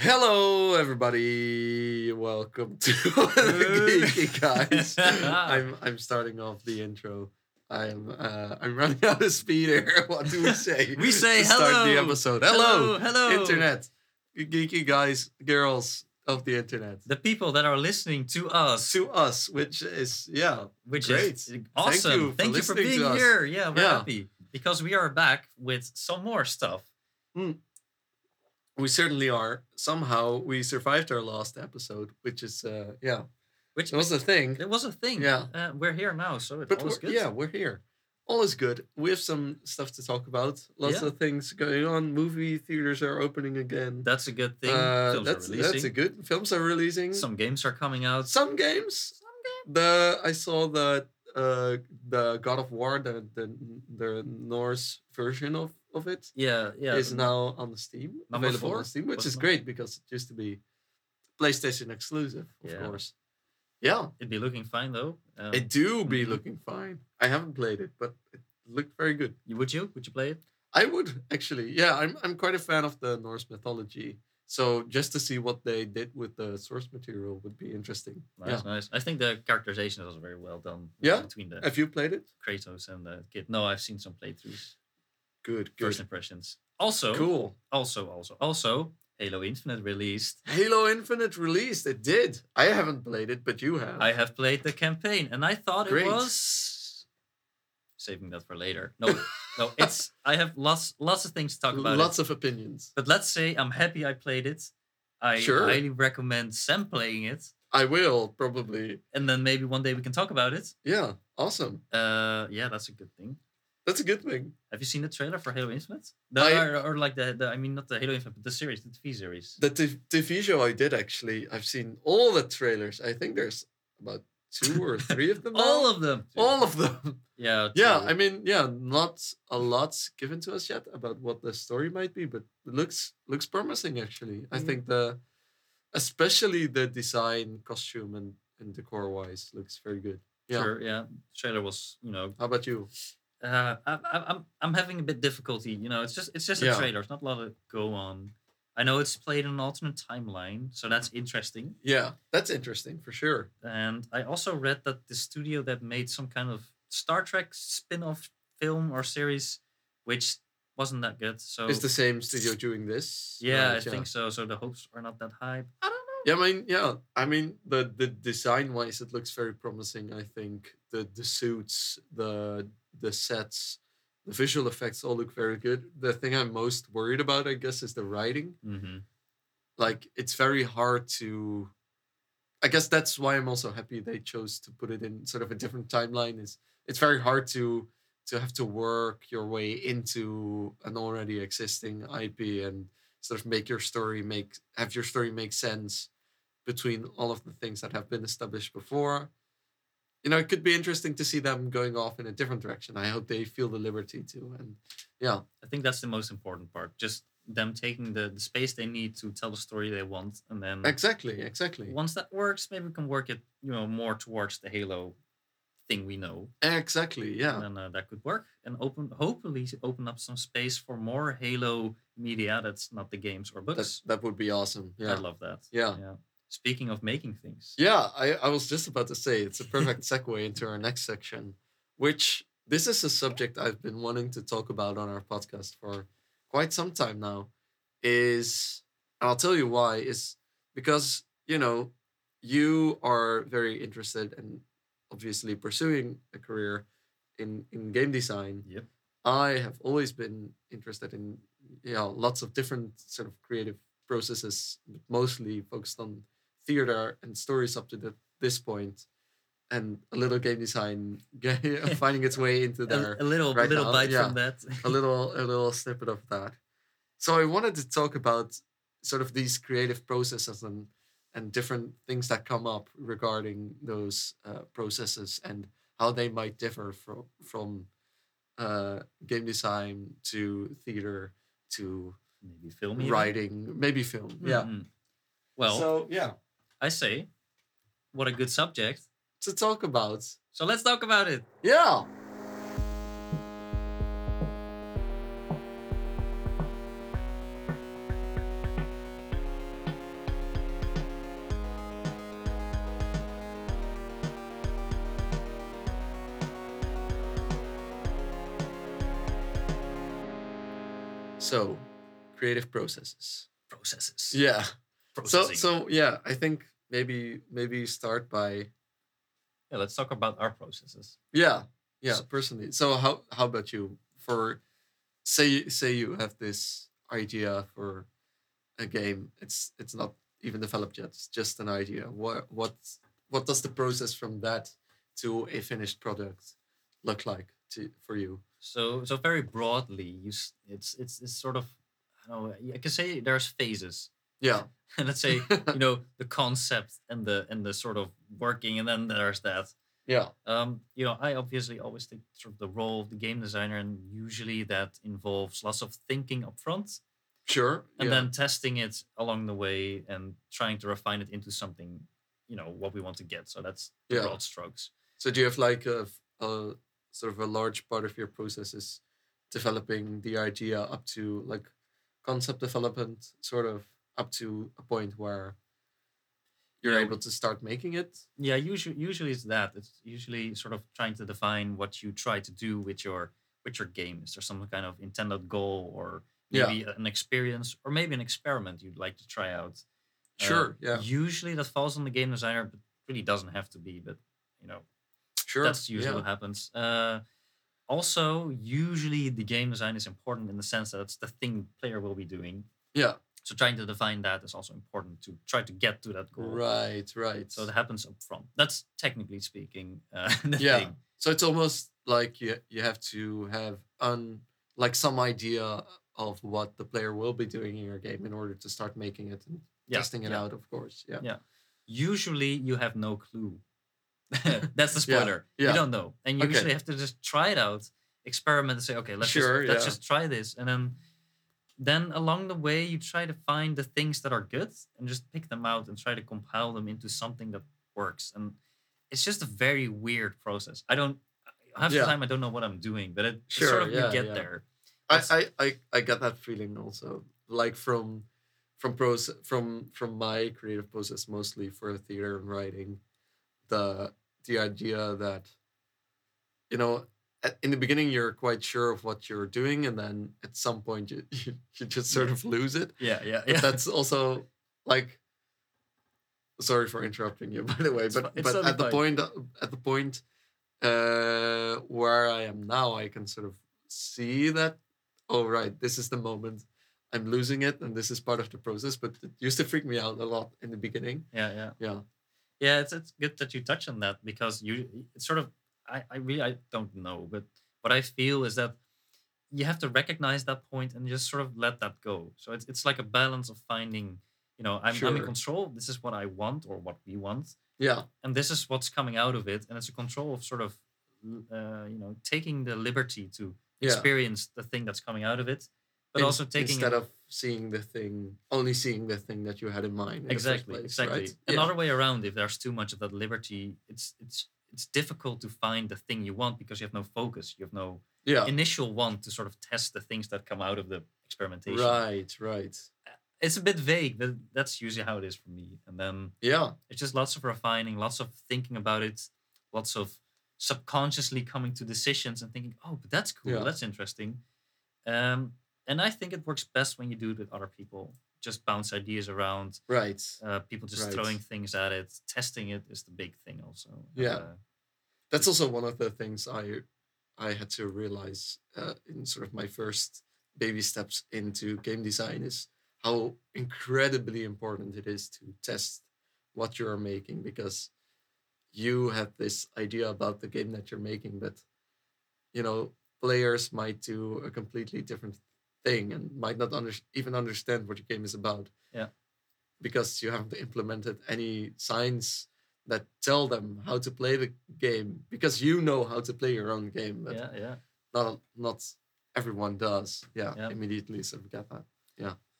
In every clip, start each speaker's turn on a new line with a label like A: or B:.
A: Hello, everybody. Welcome to the Geeky Guys. I'm I'm starting off the intro. I'm uh, I'm running out of speed here. What do we say?
B: We say
A: to Start the
B: hello.
A: episode. Hello,
B: hello, hello.
A: internet, geeky guys, girls of the internet.
B: The people that are listening to us,
A: To us, which is yeah,
B: which is
A: great. Thank you
B: awesome.
A: for
B: Thank you for,
A: listening to
B: being
A: us.
B: here. Yeah, we're
A: Yeah.
B: happy because we are back with some more stuff.
A: we certainly are. Somehow we survived our last episode, which is uh, yeah,
B: Which
A: it was a thing.
B: it was a thing.
A: Yeah.
B: uh, we're here now, so it
A: But
B: was
A: we're-
B: good.
A: yeah, we're here. All is good. We have some stuff to talk about. Lots
B: Yeah.
A: of things going on. Movie theaters are opening again.
B: that's a good thing.
A: Uh,
B: Films
A: that's
B: are
A: that's a
B: releasing.
A: good. Films are releasing.
B: Some games are coming out.
A: some games. The I saw the uh, the God of War the the, the Norse version of of it is
B: yeah, yeah.
A: now on the Steam
B: Number
A: available
B: four
A: on Steam, which
B: was
A: is
B: not-
A: great because it used to be PlayStation exclusive, of
B: Yeah.
A: course. Yeah,
B: It'd be looking fine though. Um,
A: it do be
B: Mhm.
A: looking fine. I haven't played it, but it looked very good.
B: would you? Would you play it?
A: I would actually. Yeah, I'm I'm quite a fan of the Norse mythology. So just to see what they did with the source material would be interesting.
B: Nice, nice. I think the characterization was very well done.
A: Yeah. Uh,
B: between
A: Yeah.
B: the
A: Have you played it?
B: Kratos and the kid. No, I've seen some playthroughs.
A: Good,
B: First
A: good.
B: impressions. Also,
A: Cool.
B: also, also, also, Halo Infinite released.
A: Halo Infinite released. It did. I haven't played it, but you have.
B: I have played the campaign, and I thought
A: Great.
B: it was saving that for later. No, no, it's I have lots, lots of things to talk about.
A: Lots
B: it.
A: of opinions.
B: but let's say I'm happy I played it. I
A: Sure.
B: highly recommend Sam playing it,
A: I will probably.
B: and then maybe one day we can talk about it.
A: Yeah, awesome.
B: Uh, yeah, that's a good thing.
A: That's a good thing.
B: Have you seen the trailer for Halo Infinite? No,
A: I-
B: or, or like the, the I mean not the Halo Infinite, but the series, the TV series.
A: The t- TV show I did actually. I've seen all the trailers. I think there's about two or three of them.
B: all
A: now.
B: of them.
A: all of them.
B: yeah.
A: Yeah,
B: true.
A: I mean, yeah, not a lot given to us yet about what the story might be, but it looks looks promising actually. I
B: Mhm.
A: think the especially the design, costume, and and decor wise looks very good. Yeah.
B: Sure, yeah. Trailer was, you know,
A: How about you?
B: uh, I, I, I'm I'm having a bit difficulty. You know, it's just it's just a
A: Yeah.
B: trailer. It's not a lot to go on. I know it's played in an alternate timeline, so that's interesting.
A: Yeah, that's interesting for sure.
B: And I also read that the studio that made some kind of Star Trek spin-off film or series, which wasn't that good. So
A: It's the same studio doing this.
B: yeah,
A: right?
B: I think so. So the hopes are not that high. I don't know.
A: Yeah, I mean, yeah, I mean the the design wise, it looks very promising. I think the the suits, the the sets, the visual effects all look very good. The thing I'm most worried about, I guess, is the writing.
B: Mm-hmm.
A: Like, it's very hard to. I guess that's why I'm also happy they chose to put it in sort of a different timeline. Is it's very hard to to have to work your way into an already existing IP and sort of make your story make have your story make sense between all of the things that have been established before. You know, it could be interesting to see them going off in a different direction. I hope they feel the liberty to. And yeah,
B: I think that's the most important part. Just them taking the, the space they need to tell the story they want, and then
A: exactly, exactly,
B: once that works, maybe we can work it, you know, more towards the Halo thing we know,
A: exactly. Yeah,
B: and then uh, that could work, and open hopefully open up some space for more Halo media that's not the games or
A: that
B: books.
A: that would be awesome. Yeah.
B: I love that.
A: Yeah.
B: yeah. Speaking of making things,
A: Yeah, I, I was just about to say it's a perfect segue into our next section, which this is a subject I've been wanting to talk about on our podcast for quite some time now. Is and I'll tell you why, is because, you know, you are very interested and obviously pursuing a career in, in game design.
B: Yep.
A: I have always been interested in you know lots of different sort of creative processes, but mostly focused on theater and stories up to the, this point, and a little game design ga- finding its way into there.
B: a, a little
A: right
B: little
A: now,
B: bite
A: yeah.
B: from that.
A: a little a little snippet of that. So I wanted to talk about sort of these creative processes and and different things that come up regarding those uh, processes and how they might differ from from uh, game design to theater to
B: maybe film even.
A: writing, maybe film. Yeah.
B: Mhm. Well,
A: so yeah,
B: I say, what a good subject.
A: to talk about.
B: So let's talk about it.
A: Yeah. So, creative processes.
B: Processes.
A: Yeah.
B: Processing.
A: So so yeah, I think maybe maybe start by
B: yeah, let's talk about our processes.
A: yeah yeah
B: So-
A: personally. So how how about you for say say you have this idea for a game. It's it's not even developed yet. It's just an idea. What what what does the process from that to a finished product look like to for you?
B: So so very broadly, you s- it's it's it's sort of I don't know. I can say there's phases.
A: Yeah.
B: And let's say you know the concept and the and the sort of working, and then there's that.
A: yeah.
B: Um, you know, I obviously always take sort of the role of the game designer, and usually that involves lots of thinking up front
A: Sure.
B: and
A: yeah.
B: then testing it along the way and trying to refine it into something, you know, what we want to get. So that's the
A: Yeah.
B: broad strokes.
A: So do you have like a, f- a sort of a large part of your process is developing the idea up to like concept development, sort of up to a point where you're
B: Yeah.
A: able to start making it?
B: Yeah, usually usually it's that. It's usually sort of trying to define what you try to do with your with your game. Is there some kind of intended goal or
A: Yeah.
B: maybe an experience or maybe an experiment you'd like to try out? Uh,
A: Sure, yeah.
B: Usually that falls on the game designer, but really doesn't have to be. But you know,
A: Sure.
B: that's usually
A: yeah.
B: what happens. Uh, also, usually the game design is important in the sense that it's the thing player will be doing.
A: Yeah.
B: So trying to define that is also important to try to get to that goal.
A: Right, right.
B: So that happens up front. That's technically speaking uh, the
A: Yeah.
B: thing.
A: So it's almost like you you have to have un like some idea of what the player will be doing in your game in order to start making it and
B: Yeah,
A: testing it
B: yeah.
A: out, of course. Yeah.
B: Yeah. Usually you have no clue. That's the
A: Yeah,
B: spoiler.
A: yeah.
B: You don't know. And you
A: Okay.
B: usually have to just try it out, experiment and say, okay, let's,
A: Sure,
B: just, let's
A: yeah.
B: just try this. And then then along the way you try to find the things that are good and just pick them out and try to compile them into something that works. And it's just a very weird process. I don't half
A: Yeah.
B: the time I don't know what I'm doing, but it it's
A: Sure,
B: sort of
A: yeah,
B: you get
A: yeah.
B: there.
A: I, I I I get that feeling also, like from from pros from from my creative process mostly for theater and writing, the the idea that you know at, in the beginning you're quite sure of what you're doing, and then at some point you you, you just sort of lose it.
B: Yeah, yeah,
A: But that's also like sorry for interrupting you by the way
B: It's
A: but
B: fi-
A: but
B: it's totally
A: at the
B: fine.
A: point at the point uh where i am now i can sort of see that oh right this is the moment i'm losing it and this is part of the process but it used to freak me out a lot in the beginning
B: Yeah, yeah.
A: yeah
B: Yeah, it's, it's good that you touch on that because you it's sort of I, I really I don't know, but what I feel is that you have to recognize that point and just sort of let that go. So it's it's like a balance of finding, you know, I'm I'm in
A: Sure.
B: control. This is what I want or what we want,
A: yeah
B: and this is what's coming out of it. And it's a control of sort of uh, you know taking the liberty to
A: yeah
B: experience the thing that's coming out of it, but
A: In-
B: also taking
A: instead
B: it,
A: of seeing the thing only seeing the thing that you had in mind in the first
B: exactly
A: place,
B: exactly
A: right? yeah.
B: another way around if there's too much of that liberty it's it's it's difficult to find the thing you want because you have no focus you have no
A: yeah
B: initial want to sort of test the things that come out of the experimentation
A: right right
B: it's a bit vague but that's usually how it is for me and then
A: yeah
B: it's just lots of refining lots of thinking about it lots of subconsciously coming to decisions and thinking oh but that's cool
A: Yeah.
B: that's interesting um, and i think it works best when you do it with other people just bounce ideas around
A: right
B: uh, people just
A: Right.
B: throwing things at it testing it is the big thing also
A: Yeah.
B: uh,
A: that's also one of the things I I had to realize uh, in sort of my first baby steps into game design is how incredibly important it is to test what you're making because you have this idea about the game that you're making but you know players might do a completely different thing and might not under- even understand what your game is about
B: Yeah.
A: because you haven't implemented any signs that tell them how to play the game because you know how to play your own game but
B: yeah yeah
A: not not everyone does yeah,
B: Yeah.
A: immediately so we get that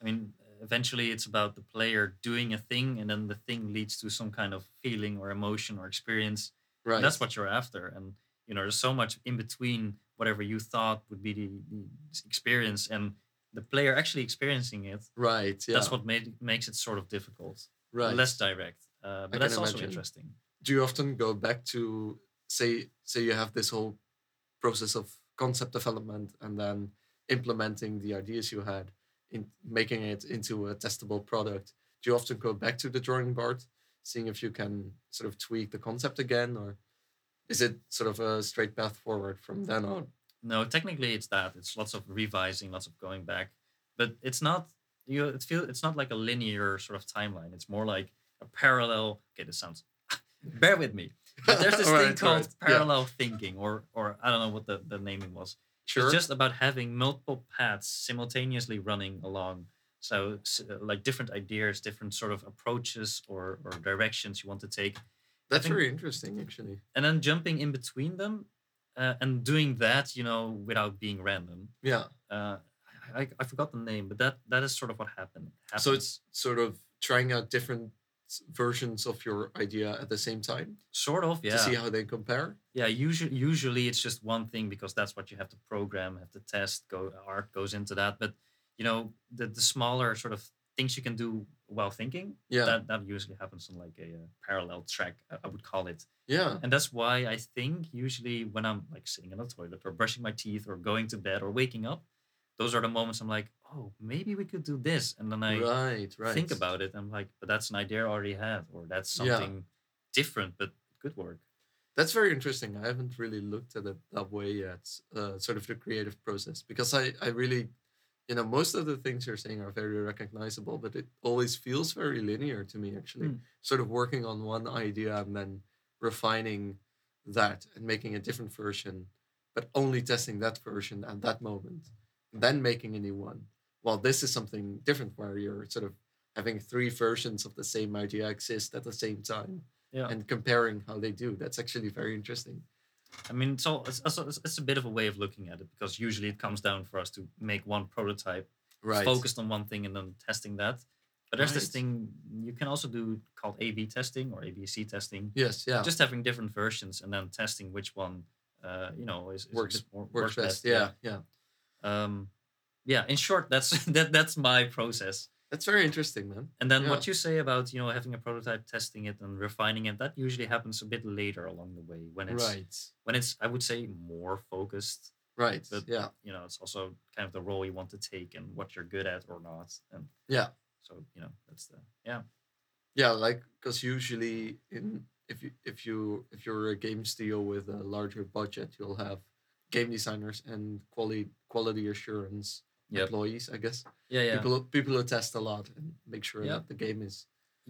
B: i mean eventually it's about the player doing a thing and then the thing leads to some kind of feeling or emotion or experience
A: right
B: And that's what you're after and you know there's so much in between whatever you thought would be the, the experience and the player actually experiencing it
A: right yeah
B: that's what made, makes it sort of difficult
A: right
B: less direct uh, but
A: can
B: that's also
A: imagine.
B: interesting
A: do you often go back to say say you have this whole process of concept development and then implementing the ideas you had in making it into a testable product do you often go back to the drawing board seeing if you can sort of tweak the concept again or is it sort of a straight path forward from then on
B: No, technically it's that. It's lots of revising, lots of going back, but it's not. You it feel it's not like a linear sort of timeline. It's more like a parallel. Okay, this sounds. bear with me. But there's this thing
A: Alright,
B: called
A: alright, yeah.
B: parallel thinking, or or I don't know what the the naming was.
A: sure
B: It's just about having multiple paths simultaneously running along. So, s- uh, like different ideas, different sort of approaches or, or directions you want to take,
A: that's
B: think-
A: very interesting actually
B: and then jumping in between them, uh, and doing that, you know, without being random.
A: yeah
B: Uh, I, I forgot the name, but that that is sort of what happened.
A: so
B: happens.
A: it's sort of trying out different s- versions of your idea at the same time
B: sort of yeah
A: to see how they compare
B: yeah. Usually, usually it's just one thing because that's what you have to program, have to test. Go art goes into that, but you know the the smaller sort of things you can do while thinking
A: yeah
B: that that usually happens on like a, uh parallel track I, I would call it
A: yeah
B: and that's why i think usually when i'm like sitting in the toilet or brushing my teeth or going to bed or waking up those are the moments i'm like oh maybe we could do this and then i
A: right right
B: think about it i'm like but that's an idea i already have or that's
A: Yeah.
B: something different but good work
A: That's very interesting. I haven't really looked at it that way yet, uh, sort of the creative process, because I, I really, you know, most of the things you're saying are very recognizable, but it always feels very linear to me, actually.
B: Mm.
A: Sort of working on one idea and then refining that and making a different version, but only testing that version at that moment, then making a new one. While this is something different where you're sort of having three versions of the same idea exist at the same time
B: yeah
A: and comparing how they do. That's actually very interesting.
B: i mean it's all it's, also- it's, it's a bit of a way of looking at it because usually it comes down for us to make one prototype focused on one thing and then testing that. But there's this
A: Right.
B: thing you can also do called A/B testing or ABC testing,
A: Yes. Yeah.
B: just having different versions and then testing which one, uh, you know, is, is a
A: Works-
B: bit more,
A: Works best. Yeah. Yeah.
B: yeah. Um, yeah. In short, that's that that's my process.
A: That's very interesting, man.
B: And then
A: Yeah.
B: what you say about you know having a prototype, testing it, and refining it, that usually happens a bit later along the way when it's
A: Right.
B: when it's I would say more focused.
A: Right.
B: But-
A: yeah.
B: You know, it's also kind of the role you want to take and what you're good at or not. And
A: Yeah.
B: so you know that's the yeah.
A: Yeah. Like, because usually, in if you if you if you're a game studio with a larger budget, you'll have game designers and quality quality assurance
B: Yep.
A: employees. I guess
B: Yeah, yeah.
A: people people who test a lot and make sure
B: Yeah.
A: that the game is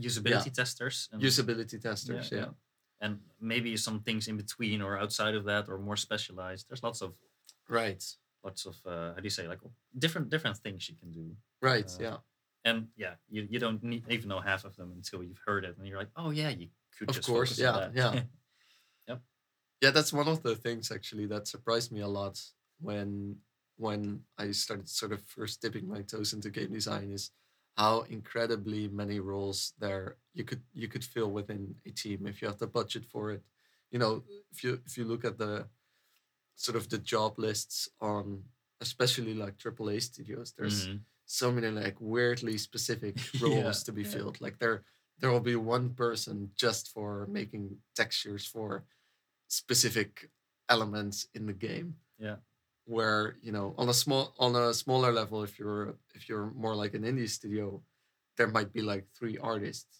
B: Usability testers and,
A: usability testers. Yeah.
B: yeah. and maybe some things in between or outside of that or more specialized. There's lots of
A: Right.
B: lots of uh, how do you say like different different things you can do.
A: Right.
B: Uh,
A: yeah.
B: And yeah, you, you don't need, even know half of them until you've heard it and you're like, oh yeah, you could
A: Of
B: just
A: course,
B: focus on
A: yeah,
B: that.
A: yeah. yeah that's one of the things actually that surprised me a lot when when i started sort of first dipping my toes into game design is how incredibly many roles there you could you could fill within a team if you have the budget for it you know if you if you look at the sort of the job lists on especially like aaa studios there's
B: Mhm.
A: so many like weirdly specific
B: Yeah,
A: roles to be
B: yeah.
A: filled. Like there there will be one person just for making textures for specific elements in the game.
B: Yeah.
A: Where, you know, on a small on a smaller level, if you're if you're more like an indie studio, there might be like three artists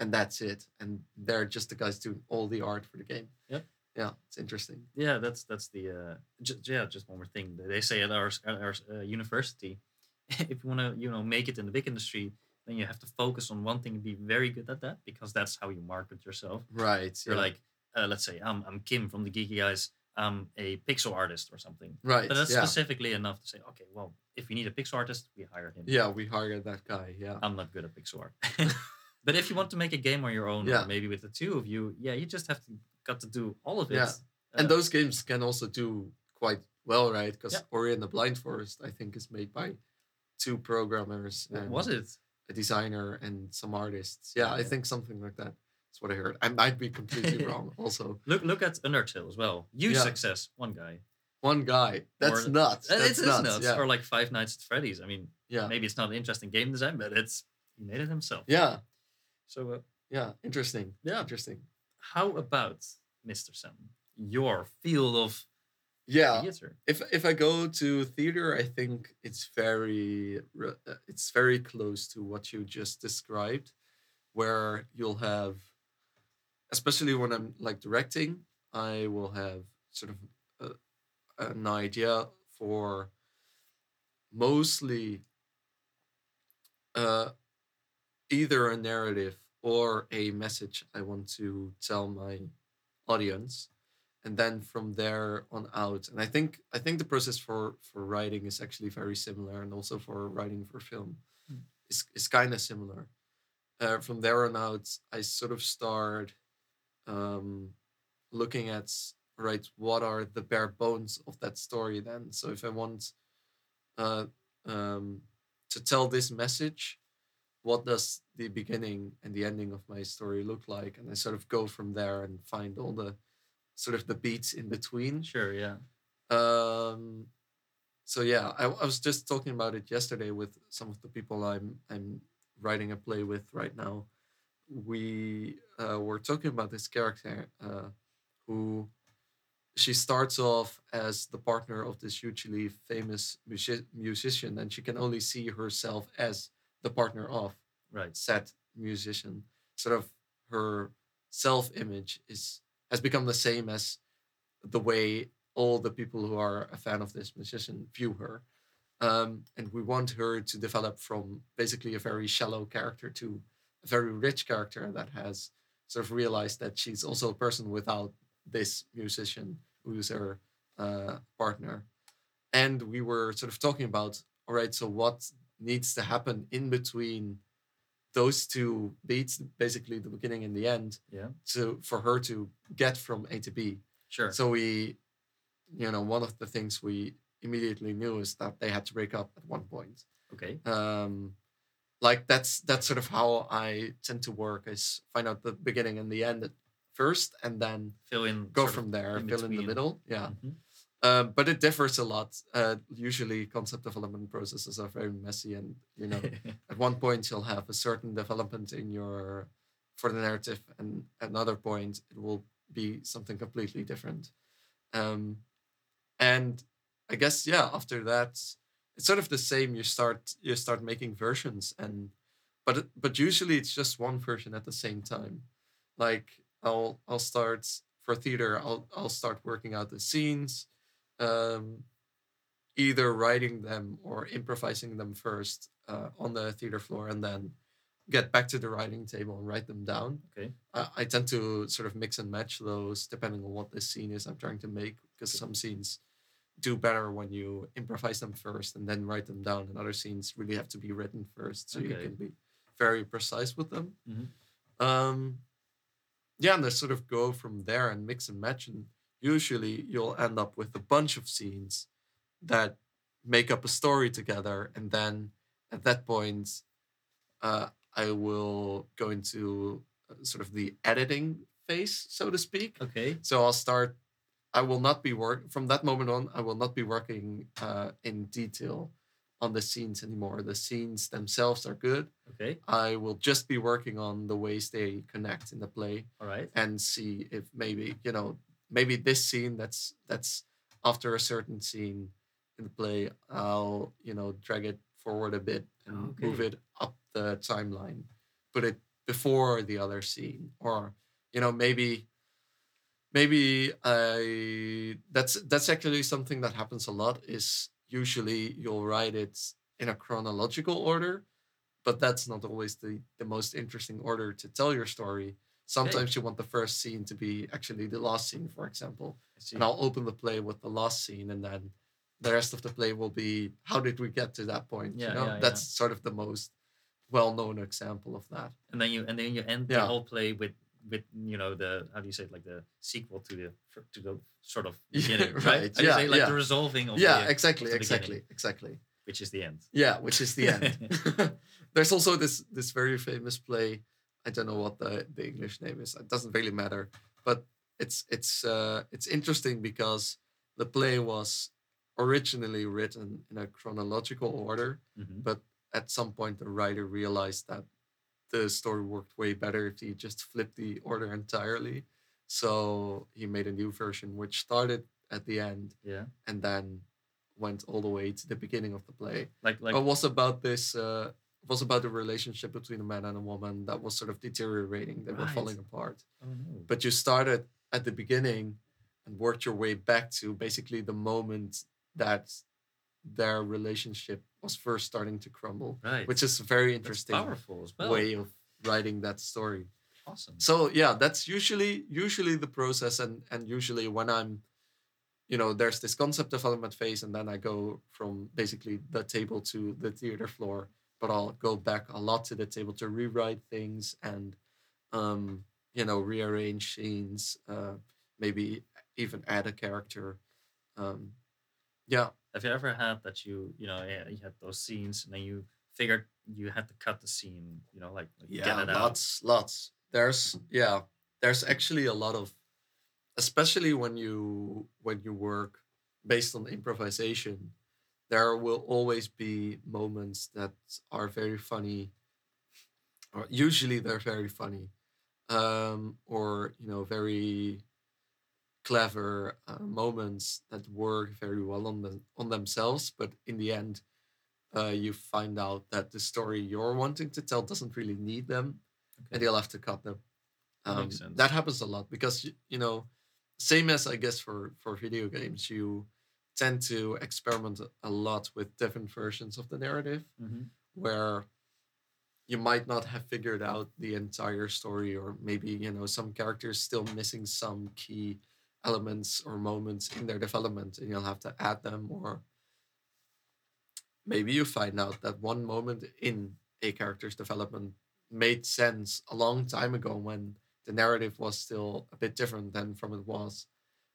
A: and that's it. And they're just the guys doing all the art for the game.
B: Yep.
A: Yeah, it's interesting.
B: Yeah, that's that's the uh, ju- yeah. Just one more thing that they say at our s- at our s- uh, university, if you want to you know make it in the big industry, then you have to focus on one thing and be very good at that because that's how you market yourself.
A: Right.
B: You're
A: yeah.
B: like, uh, let's say I'm, I'm Kim from the Geeky Guys. I'm a pixel artist or something.
A: right.
B: But that's
A: yeah.
B: specifically enough to say, okay, well, if we need a pixel artist, we hire him.
A: yeah, we hired that guy. Yeah.
B: I'm not good at pixel art. but if you want to make a game on your own,
A: Yeah.
B: or maybe with the two of you, yeah, you just have to got to do all of it.
A: Yeah. and
B: Uh,
A: those games can also do quite well, right? Because
B: Yeah.
A: Ori and the Blind Forest, I think, is made by two programmers.
B: w- was it?
A: A designer and some artists. Yeah, I
B: Yeah.
A: think something like that. That's what I heard. I might be completely wrong. Also,
B: Look look at Undertale as well. Huge
A: Yeah.
B: success, one guy.
A: one guy. That's
B: Or-
A: nuts.
B: And
A: That's
B: it's, it's
A: nuts.
B: nuts.
A: Yeah.
B: Or like Five Nights at Freddy's. I mean,
A: yeah.
B: maybe it's not an interesting game design, but it's he made it himself.
A: Yeah.
B: So uh,
A: Yeah. Interesting.
B: Yeah.
A: Interesting.
B: how about Mr. Sam, your field of
A: yeah
B: theater.
A: if if I go to theater, I think it's very re- uh, it's very close to what you just described, where you'll have, especially when I'm like directing, I will have sort of a, an idea for mostly uh, either a narrative or a message I want to tell my audience and then from there on out and i think i think the process for for writing is actually very similar and also for writing for film
B: Mm.
A: is is kind of similar uh, from there on out i sort of start um looking at right what are the bare bones of that story then so if i want uh um to tell this message what does the beginning and the ending of my story look like and i sort of go from there and find all the sort of the beats in between.
B: Sure, yeah.
A: Um, so yeah, I, I was just talking about it yesterday with some of the people I'm I'm writing a play with right now. We uh, were talking about this character uh, who she starts off as the partner of this hugely famous music- musician, and she can only see herself as the partner of
B: Right.
A: set musician sort of her self image is has become the same as the way all the people who are a fan of this musician view her um, and we want her to develop from basically a very shallow character to a very rich character that has sort of realized that she's also a person without this musician who is her uh, partner and we were sort of talking about all right so what needs to happen in between those two beats basically the beginning and the end
B: Yeah.
A: to for her to get from a to b
B: Sure.
A: so we you know one of the things we immediately knew is that they had to break up at one point
B: okay.
A: um like that's that's sort of how i tend to work is find out the beginning and the end at first and then
B: Fill in.
A: go
B: sort of
A: from there
B: in
A: fill in the
B: between.
A: middle yeah
B: Mhm.
A: um, but it differs a lot uh, usually concept development processes are very messy and you know at one point you'll have a certain development in your for the narrative and at another point it will be something completely different um, and i guess yeah after that it's sort of the same you start you start making versions and but it- but usually it's just one version at the same time like i'll i'll start for theater i'll i'll start working out the scenes um, either writing them or improvising them first uh, on the theater floor and then get back to the writing table and write them down.
B: okay.
A: I, I tend to sort of mix and match those depending on what the scene is I'm trying to make because
B: Okay.
A: some scenes do better when you improvise them first and then write them down and other scenes really have to be written first so you
B: Okay.
A: can be very precise with them.
B: Mhm.
A: Um, yeah, and I sort of go from there and mix and match and usually you'll end up with a bunch of scenes that make up a story together and then at that point uh, i will go into uh, sort of the editing phase so to speak
B: Okay.
A: so i'll start i will not be work from that moment on i will not be working uh, in detail on the scenes anymore the scenes themselves are good
B: Okay.
A: i will just be working on the ways they connect in the play
B: All right.
A: and see if maybe you know maybe this scene that's that's after a certain scene in the play i'll you know drag it forward a bit and move
B: Okay.
A: it up the timeline put it before the other scene or you know maybe maybe i that's that's actually something that happens a lot is usually you'll write it in a chronological order but that's not always the, the most interesting order to tell your story sometimes you want the first scene to be actually the last scene for example
B: I see.
A: and i'll open the play with the last scene and then the rest of the play will be how did we get to that point
B: Yeah,
A: you know
B: yeah, yeah.
A: that's sort of the most well-known example of that
B: and then you and then you end the
A: Yeah.
B: whole play with with you know the how do you say it like the sequel to the fir- to the sort of
A: Yeah,
B: beginning right,
A: right,
B: How do you
A: yeah,
B: say, like
A: yeah.
B: the resolving of
A: yeah
B: the,
A: exactly
B: the
A: exactly
B: beginning.
A: exactly
B: which is the end
A: Yeah, which is the end. There's also this this very famous play. I don't know what the, the English name is. It doesn't really matter, but it's it's uh, it's interesting because the play was originally written in a chronological order.
B: hmm
A: At some point, the writer realized that the story worked way better if he just flipped the order entirely. So he made a new version which started at the end
B: yeah
A: and then went all the way to the beginning of the play.
B: like like
A: it was about this uh it was about the relationship between a man and a woman that was sort of deteriorating. They were
B: Right.
A: falling apart.
B: I don't know.
A: But you started at the beginning and worked your way back to basically the moment that their relationship was first starting to crumble,
B: right
A: which is a very
B: That's
A: interesting
B: powerful as well
A: way of writing that story
B: awesome
A: so yeah that's usually usually the process and and usually when i'm you know there's this concept development phase and then i go from basically the table to the theater floor but i'll go back a lot to the table to rewrite things and um you know rearrange scenes uh maybe even add a character um yeah
B: have you ever had that you you know yeah, you had those scenes and then you figured you had to cut the scene you know like, like
A: yeah
B: get it out
A: lots lots there's yeah there's actually a lot of especially when you when you work based on improvisation there will always be moments that are very funny or usually they're very funny um, or you know very clever uh, moments that work very well on the, on themselves but in the end uh, you find out that the story you're wanting to tell doesn't really need them and
B: Okay.
A: you'll have to cut them Um,
B: That makes sense.
A: that happens a lot because y- you know same as i guess for for video games you tend to experiment a- a lot with different versions of the narrative
B: Mhm.
A: where you might not have figured out the entire story or maybe you know some characters still missing some key elements or moments in their development and you'll have to add them or maybe you find out that one moment in a character's development made sense a long time ago when the narrative was still a bit different than from it was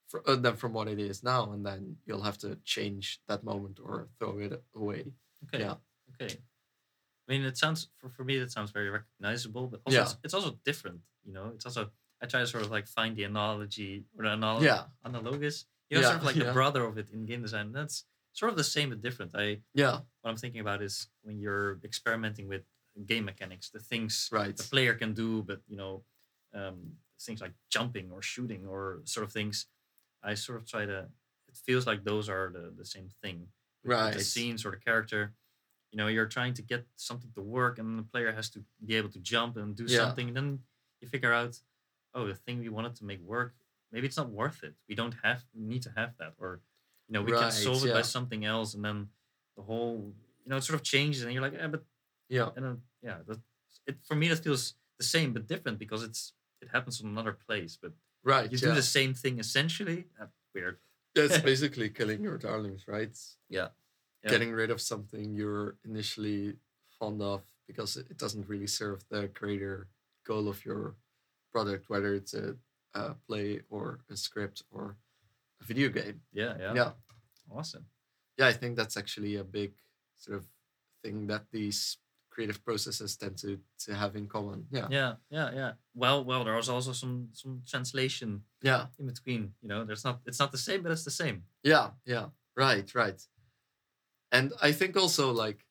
A: fr- uh, than from what it is now and then you'll have to change that moment or throw it away
B: okay
A: yeah.
B: okay i mean it sounds for, for me it sounds very recognizable but also
A: Yeah.
B: it's, it's also different you know it's also i try to sort of like find the analogy or the analogy
A: yeah
B: analogous you know
A: Yeah,
B: sort of like the
A: yeah.
B: brother of it in game design that's sort of the same but different i
A: yeah
B: what i'm thinking about is when you're experimenting with game mechanics the things
A: right
B: the player can do, but you know, um, things like jumping or shooting or sort of things. I sort of try to. It feels like those are the, the same thing. With
A: right
B: The scenes or the character. You know, you're trying to get something to work, and the player has to be able to jump and do
A: Yeah.
B: something. And then you figure out, oh, the thing we wanted to make work, maybe it's not worth it. We don't have we need to have that, or you know, we can
A: Right,
B: solve it by
A: yeah.
B: something else. And then the whole, you know, it sort of changes, and you're like, yeah, but
A: yeah
B: and then yeah, that it for me that feels the same but different because it's it happens on another place, but
A: right
B: you
A: yeah.
B: do the same thing essentially. Uh, weird.
A: That's basically killing your darlings, right?
B: Yeah. Yeah.
A: Getting rid of something you're initially fond of because it it doesn't really serve the greater goal of your product, whether it's a, a play or a script or a video game.
B: Yeah, yeah,
A: yeah.
B: Awesome.
A: Yeah, I think that's actually a big sort of thing that these creative processes tend to, to have in common. Yeah.
B: Yeah, yeah, yeah. Well, well, there was also some some translation
A: Yeah.
B: in between. You know, there's not it's not the same, but it's the same.
A: Yeah, yeah, right, right. And I think also like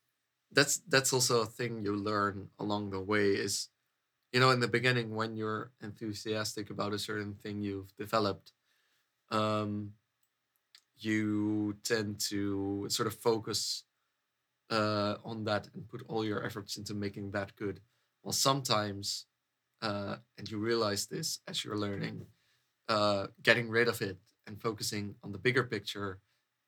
A: that's that's also a thing you learn along the way is you know in the beginning when you're enthusiastic about a certain thing you've developed um you tend to sort of focus uh on that and put all your efforts into making that good well sometimes uh and you realize this as you're learning uh getting rid of it and focusing on the bigger picture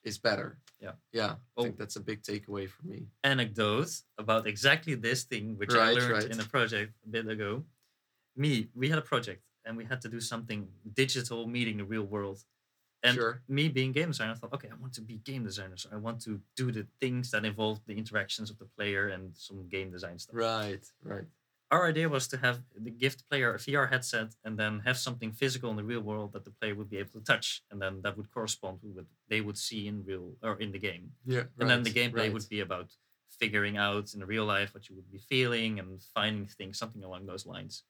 A: is better.
B: Yeah.
A: Yeah. I
B: Oh.
A: think that's a big takeaway for me.
B: Anecdote about exactly this thing which I
A: Right,
B: learned
A: right.
B: in a project a bit ago. Me, we had a project and we had to do something digital, meeting the real world. And
A: sure.
B: me being game designer, I thought, okay, I want to be game designer. So I want to do the things that involve the interactions of the player and some game design stuff.
A: Right. Right.
B: Our idea was to have the gift player a VR headset and then have something physical in the real world that the player would be able to touch, and then that would correspond with what they would see in real or in the game.
A: Yeah.
B: And then the
A: right,
B: gameplay
A: right.
B: would be about figuring out in real life what you would be feeling and finding things, something along those lines.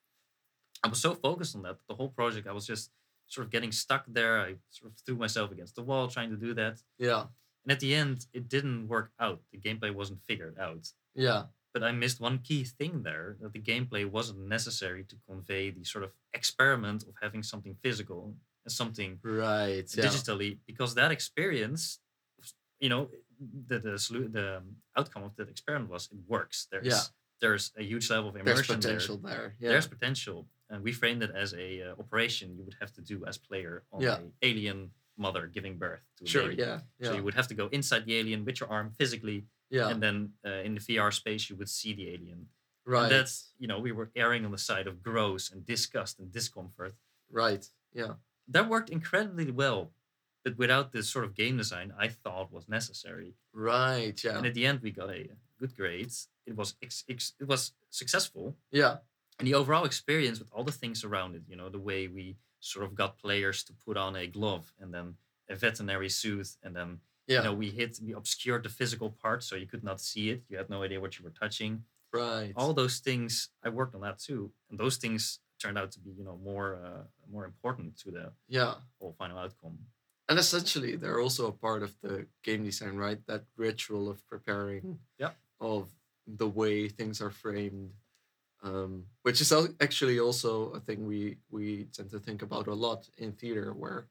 B: I was so focused on that the whole project, I was just sort of getting stuck there. I sort of threw myself against the wall trying to do that.
A: Yeah.
B: And at the end, it didn't work out. The gameplay wasn't figured out.
A: Yeah.
B: But I missed one key thing there that the gameplay wasn't necessary to convey the sort of experiment of having something physical and something
A: Right. Yeah.
B: digitally because that experience you know the the, solu- the um, outcome of that experiment was it works there's
A: Yeah.
B: there's a huge level of
A: There's
B: immersion
A: potential
B: there
A: there. Yeah.
B: there's potential and we framed it as a uh, operation you would have to do as player on
A: Yeah.
B: a alien mother giving birth to an
A: sure.
B: alien.
A: Yeah. Yeah.
B: so you would have to go inside the alien with your arm physically
A: yeah.
B: and then uh, in the vr space you would see the alien
A: right.
B: and that's you know we were erring on the side of gross and disgust and discomfort
A: right. Yeah.
B: that worked incredibly well, but without this sort of game design I thought was necessary.
A: Right. Yeah.
B: And at the end, we got a good grade. It was ex- ex- it was successful,
A: yeah.
B: and the overall experience with all the things around it, you know, the way we sort of got players to put on a glove and then a veterinary suit, and then
A: Yeah.
B: you know we hit we obscured the physical part so you could not see it. You had no idea what you were touching.
A: Right.
B: All those things I worked on that too, and those things turned out to be you know more uh, more important to the
A: yeah.
B: whole final outcome.
A: And essentially, they're also a part of the game design, right? That ritual of preparing,
B: Yeah.
A: of the way things are framed, um, which is al- actually also a thing we we tend to think about a lot in theater, where,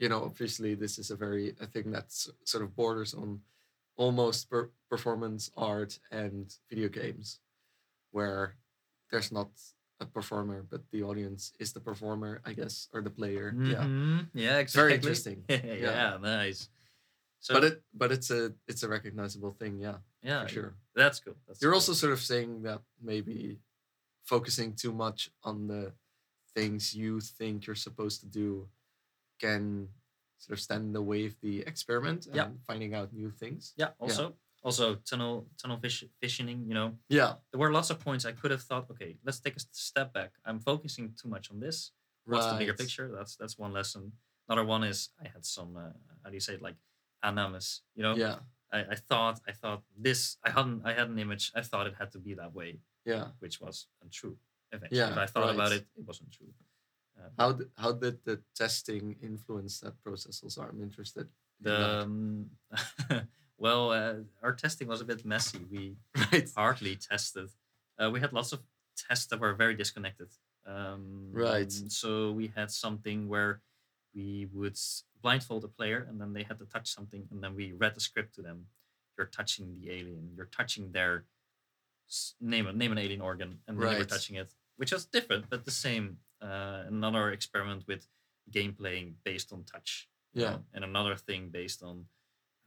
A: you know, obviously this is a very a thing that's sort of borders on almost per- performance art and video games, where there's not a performer, but the audience is the performer, I guess, or the player. Yeah.
B: Mhm. Yeah,
A: It's very
B: exactly.
A: interesting.
B: yeah, nice. So,
A: but it but it's a it's a recognizable thing, yeah,
B: yeah,
A: for sure.
B: that's cool. That's
A: You're
B: cool.
A: also sort of saying that maybe focusing too much on the things you think you're supposed to do can sort of stand in the way of the experiment and
B: Yeah.
A: finding out new things.
B: yeah. Also, also tunnel tunnel vis- visioning. You know,
A: Yeah,
B: there were lots of points I could have thought. Okay, let's take a s- step back. I'm focusing too much on this. What's the bigger
A: right.
B: picture? That's that's one lesson. Another one is I had some uh, how do you say it like anamas. You know,
A: Yeah,
B: I, I thought I thought this. I hadn't I had an image. I thought it had to be that way,
A: yeah.
B: which was untrue. Eventually,
A: Yeah,
B: if I thought about
A: right.
B: it, it wasn't true. Um,
A: How did, how did the testing influence that process? Also, I'm interested. in
B: The
A: that.
B: um, well, uh, our testing was a bit messy. We
A: right,
B: hardly tested. Uh, we had lots of tests that were very disconnected. Um,
A: Right.
B: So we had something where we would s- blindfold a player, and then they had to touch something, and then we read the script to them. You're touching the alien. You're touching their s- name. a- Name an alien organ, and then you were
A: Right.
B: touching it, which was different but the same. Uh, another experiment with game playing based on touch you
A: yeah,
B: know, and another thing based on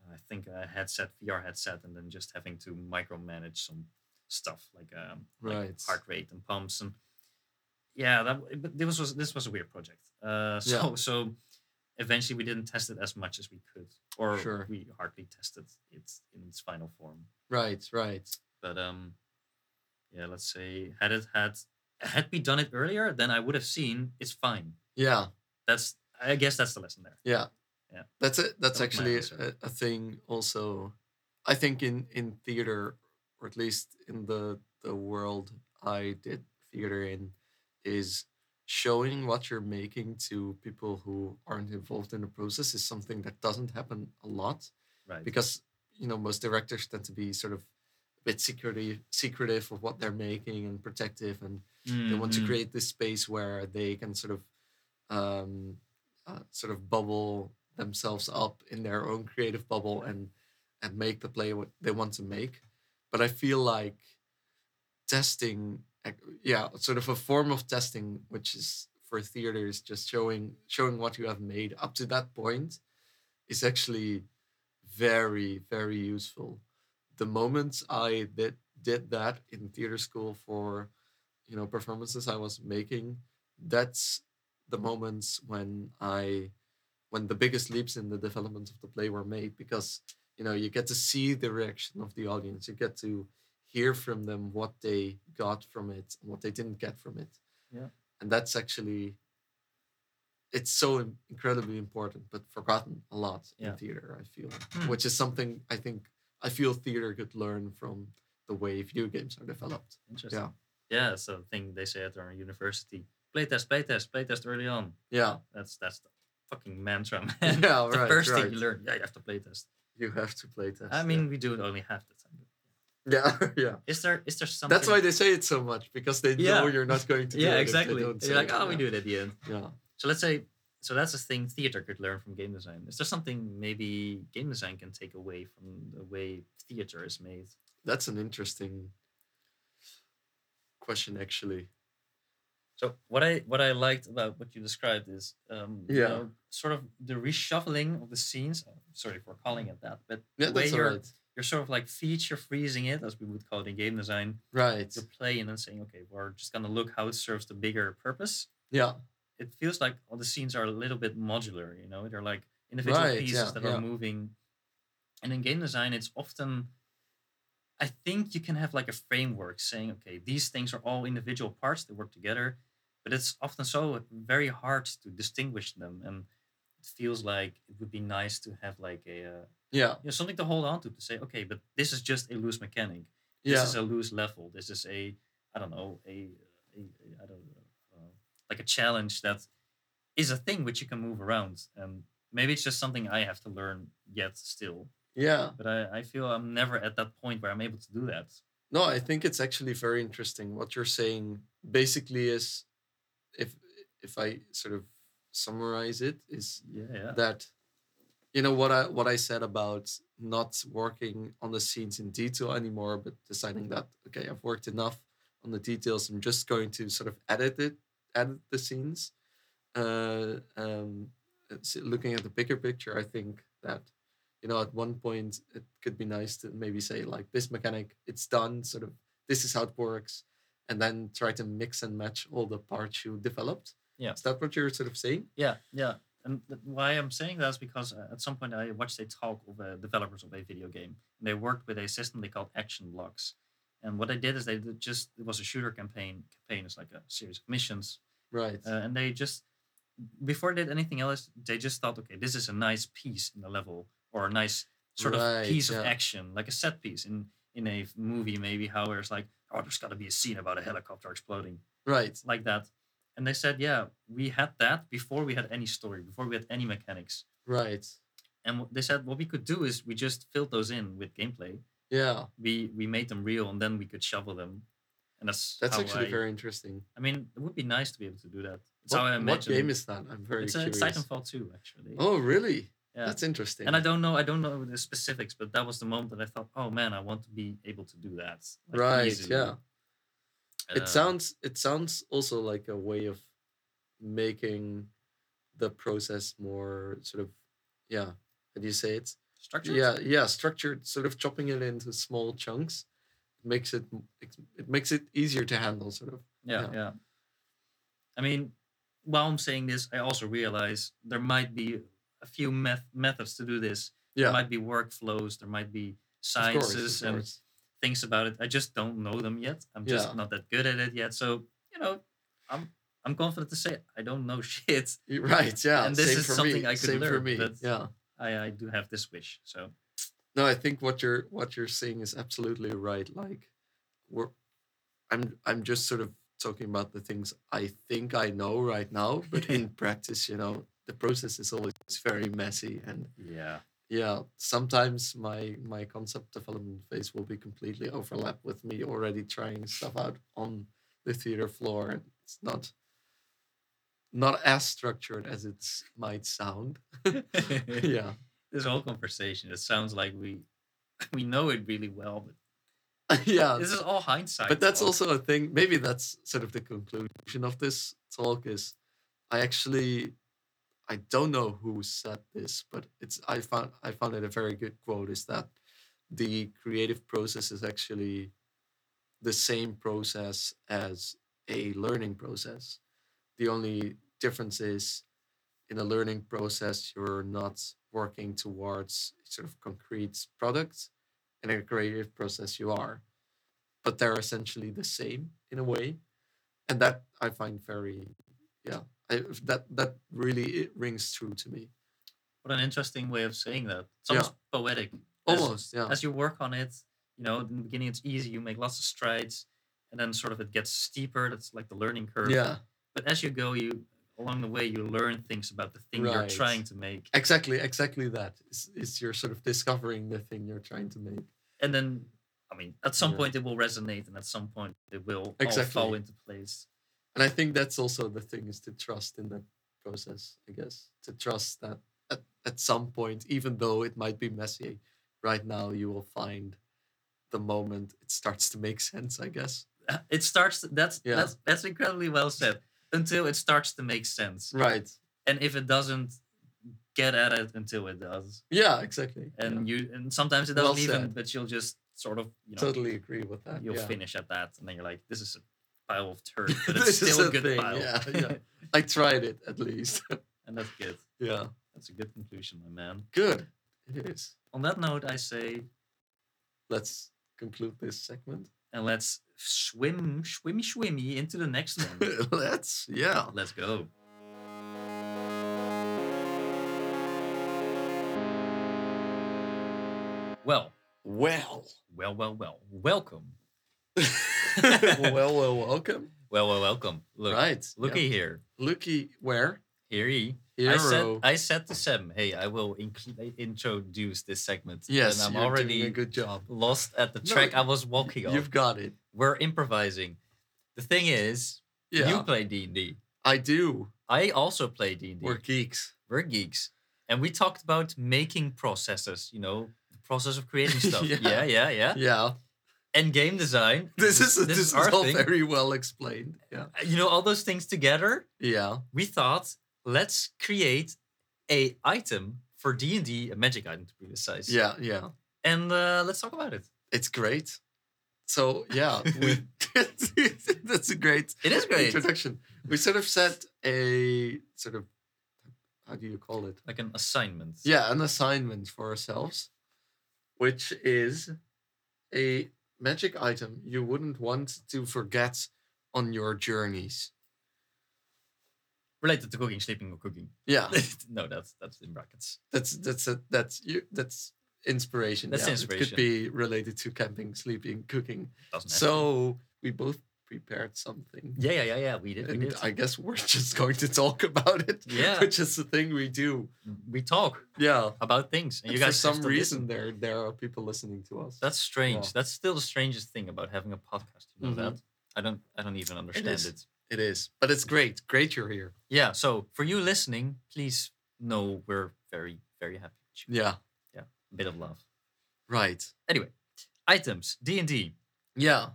B: uh, I think a headset, VR headset, and then just having to micromanage some stuff like, um, like
A: Right.
B: heart rate and pumps and yeah, that w- but this was this was a weird project. Uh, so
A: Yeah.
B: so eventually we didn't test it as much as we could, or
A: Sure.
B: we hardly tested it in its final form.
A: right, right.
B: But um, yeah, let's say had it had had we done it earlier, then I would have seen it's fine.
A: Yeah,
B: That's I guess that's the lesson there.
A: Yeah.
B: Yeah.
A: That's it. That's
B: was my
A: actually a,
B: answer.
A: a thing also I think in in theater or at least in the the world I did theater in is showing what you're making to people who aren't involved in the process is something that doesn't happen a lot
B: Right.
A: because you know most directors tend to be sort of a bit secretive secretive of what they're making and protective and they want to
B: Mhm.
A: create this space where they can sort of um, uh, sort of bubble themselves up in their own creative bubble and and make the play what they want to make but i feel like testing ac- yeah sort of a form of testing which is for theater is just showing showing what you have made up to that point is actually very very useful the moments i did did that in theater school for you know performances i was making that's the moments when i when the biggest leaps in the development of the play were made because you know you get to see the reaction of the audience you get to hear from them what they got from it and what they didn't get from it
B: Yeah.
A: and that's actually it's so im- incredibly important but forgotten a lot
B: Yeah.
A: in theater i feel
B: Hmm.
A: which is something i think i feel theater could learn from the way video games are developed
B: Interesting. Yeah, it's a thing they say at our university. Playtest, playtest, playtest early on.
A: yeah
B: That's that's the fucking mantra, man.
A: Yeah,
B: the
A: right,
B: first
A: right.
B: thing you learn. Yeah, you have to playtest.
A: You have to play test.
B: I mean, we do it only half the time.
A: yeah, yeah. yeah.
B: Is there is there something?
A: That's why they say it so much because they know
B: Yeah.
A: you're not going to do
B: yeah,
A: it. if they
B: exactly.
A: don't say
B: You're like, oh, we
A: yeah.
B: do it at the end.
A: Yeah,
B: So let's say so that's a thing theater could learn from game design. Is there something maybe game design can take away from the way theater is made?
A: That's an interesting question, actually.
B: So what I what I liked about what you described is um, you
A: Yeah.
B: know, sort of the reshuffling of the scenes. uh, Sorry for calling it that, but
A: Yeah,
B: the way
A: that's all
B: you're
A: right.
B: you're sort of like feature freezing it, as we would call it in game design.
A: Right.
B: You're playing and saying, okay, we're just gonna look how it serves the bigger purpose.
A: Yeah.
B: It feels like all the scenes are a little bit modular. You know, they're like individual
A: Right,
B: pieces
A: yeah,
B: that
A: yeah.
B: are moving. And in game design, it's often, I think you can have like a framework saying, okay, these things are all individual parts that work together, but it's often so very hard to distinguish them and. It feels like it would be nice to have like a uh,
A: Yeah.
B: you know, something to hold on to to say okay, but this is just a loose mechanic this
A: Yeah.
B: is a loose level this is a i don't know a, a, a i don't know uh, like a challenge that is a thing which you can move around and maybe it's just something i have to learn yet still
A: Yeah.
B: but i, I feel i'm never at that point where i'm able to do that
A: No, I think it's actually very interesting. What you're saying basically is, if if I sort of summarize it, is
B: yeah yeah
A: that you know what I what I said about not working on the scenes in detail anymore, but deciding
B: Mm-hmm.
A: that okay, I've worked enough on the details. I'm just going to sort of edit it, edit the scenes. Uh, um, it's- looking at the bigger picture, I think that you know at one point it could be nice to maybe say like this mechanic, it's done. Sort of this is how it works, and then try to mix and match all the parts you developed.
B: Yeah.
A: is that what you're sort of saying?
B: yeah yeah and th- why i'm saying that is because uh, at some point i watched a talk of uh, developers of a video game and they worked with a system they called action blocks and what they did is they did just it was a shooter campaign campaign is like a series of missions
A: Right.
B: uh, and they just before they did anything else they just thought okay this is a nice piece in the level or a nice sort
A: Right,
B: of piece
A: yeah.
B: of action like a set piece in in a f- movie maybe how there's like oh there's got to be a scene about a helicopter exploding
A: right.
B: like that and they said yeah we had that before we had any story before we had any mechanics
A: Right.
B: and wh- they said what we could do is we just filled those in with gameplay
A: Yeah,
B: we we made them real and then we could shovel them and that's
A: that's
B: how
A: actually
B: I,
A: very interesting.
B: I mean it would be nice to be able to do that it's
A: what,
B: how i
A: what
B: imagine
A: game is that? I'm very
B: it's, a,
A: curious.
B: it's Titanfall 2, actually.
A: Oh, really?
B: yeah.
A: That's interesting.
B: and I don't know, I don't know the specifics, but that was the moment that I thought, oh man, I want to be able to do that. like,
A: right?
B: easily."
A: Yeah.
B: Uh,
A: it sounds. It sounds also like a way of making the process more sort of, yeah. How do you say it?
B: structured.
A: Yeah, yeah. Structured, sort of chopping it into small chunks, makes it it makes it easier to handle. Sort of.
B: yeah,
A: yeah.
B: yeah, I mean, while I'm saying this, I also realize there might be a few meth- methods to do this.
A: Yeah.
B: There might be workflows. There might be
A: of course, of
B: sciences and
A: course.
B: things about it. I just don't know them yet. I'm just
A: Yeah.
B: not that good at it yet. So you know, I'm I'm confident to say I don't know shit.
A: You're Right. Yeah.
B: and this
A: same
B: is
A: for
B: something
A: me.
B: I could
A: same for
B: learn,
A: me.
B: but-
A: Yeah.
B: I, I do have this wish. So
A: No, I think what you're what you're saying is absolutely right. Like, we're, I'm I'm just sort of talking about the things I think I know right now, but in practice, you know, the process is always very messy, and
B: yeah,
A: yeah, sometimes my my concept development phase will be completely overlap with me already trying stuff out on the theater floor. and It's not not as structured as it might sound.
B: this
A: yeah.
B: whole conversation it sounds like we we know it really well, but
A: yeah.
B: this is all hindsight.
A: Uh, but that's
B: all.
A: also a thing maybe that's sort of the conclusion of this talk is i actually i don't know who said this but it's i found i found it a very good quote is that the creative process is actually the same process as a learning process the only difference is in a learning process you're not working towards sort of concrete products in a creative process you are but they're essentially the same in a way and that i find very yeah I, that that really it rings true to me
B: what an interesting way of saying that. It's
A: Yeah.
B: almost poetic. As-
A: almost yeah
B: As you work on it, you know, in the beginning it's easy. You make lots of strides, and then sort of it gets steeper. That's like the learning curve.
A: yeah
B: But as you go, you along the way you learn things about the thing you're
A: Right.
B: trying to make.
A: exactly exactly that is is you're sort of discovering the thing you're trying to make
B: and then I mean, at some
A: Yeah.
B: point it will resonate, and at some point it will all fall
A: Exactly.
B: into place.
A: and i think that's also the thing is to trust in that process, I guess, to trust that at, at some point, even though it might be messy, right now you will find the moment it starts to make sense, I guess.
B: It starts. That's
A: Yeah.
B: that's that's incredibly well said. Until it starts to make sense,
A: Right.
B: and if it doesn't, get at it until it does.
A: Yeah, exactly.
B: And
A: yeah.
B: you and sometimes it
A: Well
B: doesn't even,
A: said.
B: but you'll just sort of you know
A: totally agree with that.
B: you'll
A: yeah.
B: finish at that, and then you're like, this is a pile of turd, but it's
A: This is
B: still a
A: a
B: good
A: thing,
B: pile.
A: yeah, yeah. I tried it at least.
B: and that's good.
A: yeah.
B: That's a good conclusion, my man.
A: Good. It is.
B: On that note, I say,
A: Let's conclude this segment.
B: and let's swim, swimmy, swimmy into the next one.
A: Let's, yeah.
B: Let's go. Well,
A: Well.
B: well, well, well. Welcome.
A: well, well, welcome.
B: Well, well, welcome. Look,
A: right.
B: looky here.
A: Looky where?
B: Here he. I said,
A: Hero.
B: I said to Sam, hey, I will incl- introduce this segment.
A: yes,
B: And I'm
A: you're
B: already
A: doing a good job.
B: lost at the
A: No,
B: track I was walking on.
A: You've got it.
B: We're improvising. The thing is,
A: Yeah.
B: you play D&D.
A: I do.
B: I also play D&D.
A: We're geeks.
B: we're geeks and we talked about making processes you know the process of creating stuff yeah.
A: Yeah.
B: yeah yeah
A: Yeah.
B: and game design
A: This is this, is all
B: thing.
A: very well explained. Yeah.
B: you know all those things together
A: Yeah.
B: we thought let's create a item for d&d a magic item to be precise
A: Yeah. Yeah.
B: and uh, let's talk about it
A: It's great. So yeah, we, that's a great
B: it is great
A: introduction. We sort of set a sort of how do you call it?
B: like an assignment
A: Yeah, an assignment for ourselves, which is a magic item you wouldn't want to forget on your journeys.
B: related to cooking sleeping or cooking
A: Yeah,
B: no that's that's in brackets
A: that's that's a, that's you that's inspiration.
B: That's
A: yeah. It
B: inspiration.
A: could be related to camping, sleeping, cooking.
B: doesn't have to.
A: So we both prepared something.
B: yeah yeah yeah yeah we did, we,
A: And
B: did.
A: I guess we're just going to talk about it,
B: Yeah.
A: which is the thing we do.
B: we talk
A: Yeah.
B: about things and,
A: And
B: you guys
A: for
B: have
A: some
B: to listen.
A: reason, there there are people listening to us.
B: That's strange.
A: Yeah.
B: That's still the strangest thing about having a podcast. You know
A: Mhm.
B: that? I don't. I don't even understand it,
A: is. It is, but it's great. Great you're here.
B: Yeah. So for you listening, please know we're very, very happy. With you.
A: Yeah.
B: A bit of love.
A: Right.
B: Anyway, items D and D. Uh,
A: Yeah.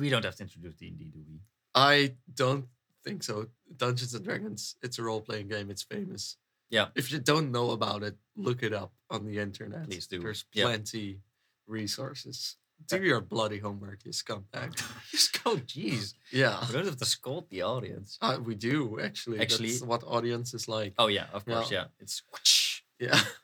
B: We don't have to introduce D and D, do we?
A: I don't think so. Dungeons and Dragons. It's a role playing game. It's famous.
B: Yeah.
A: If you don't know about it, look it up on the internet.
B: Please do.
A: There's
B: Yeah.
A: plenty resources. Do
B: Yeah.
A: your bloody homework, you scumbag.
B: Just go. Jeez.
A: yeah.
B: We don't have to scold the audience.
A: Uh, we do actually.
B: Actually-
A: That's what audience is like.
B: Oh yeah, of course.
A: Yeah.
B: Yeah. It's whoosh.
A: Yeah.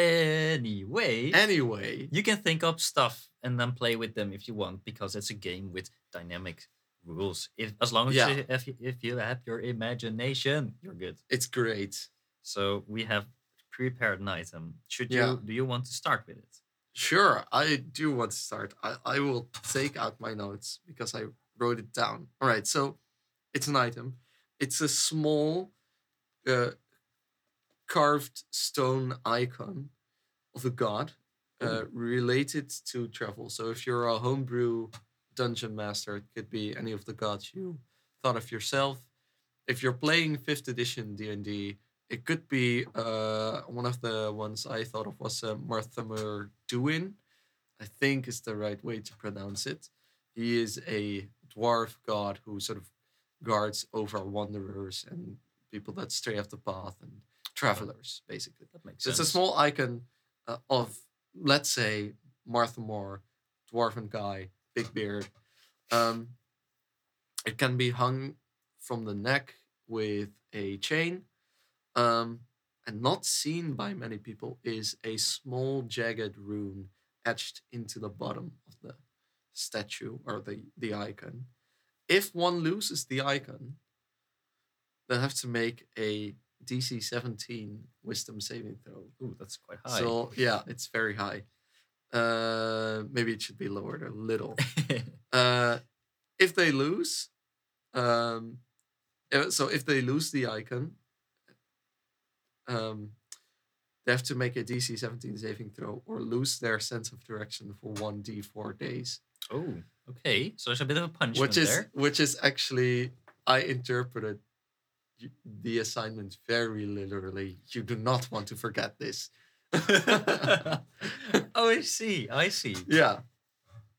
B: anyway.
A: anyway,
B: you can think up stuff and then play with them if you want because it's a game with dynamic rules if as long as
A: Yeah.
B: you, if, you- if you have your imagination you're good
A: it's great.
B: so we have prepared an item should
A: Yeah.
B: you do you want to start with it
A: Sure, I do want to start. I, I will take out my notes because I wrote it down. All right, so it's an item. It's a small uh, carved stone icon of a god uh, related to travel. So if you're a homebrew dungeon master, it could be any of the gods you thought of yourself. If you're playing 5th edition D&D, it could be uh, one of the ones I thought of was uh, Marthamur Duin, I think is the right way to pronounce it. He is a dwarf god who sort of guards over wanderers and people that stray off the path and travelers, basically.
B: that makes
A: So
B: sense
A: it's a small icon uh, of, let's say, Martha Moore, dwarven guy, big beard. Um, it can be hung from the neck with a chain. Um, and not seen by many people is a small jagged rune etched into the bottom of the statue or the, the icon. If one loses the icon, they have to make a DC 17 wisdom saving throw.
B: Ooh, that's quite high
A: So yeah, it's very high. Uh, maybe it should be lowered a little. Uh, if they lose, um, uh, so if they lose the icon, um, they have to make a DC 17 saving throw or lose their sense of direction for one D4 days,
B: oh okay so there's a bit of a punch
A: which is
B: there
A: which is actually I interpreted you- the assignment very literally. You do not want to forget this.
B: oh, I see. I see.
A: yeah.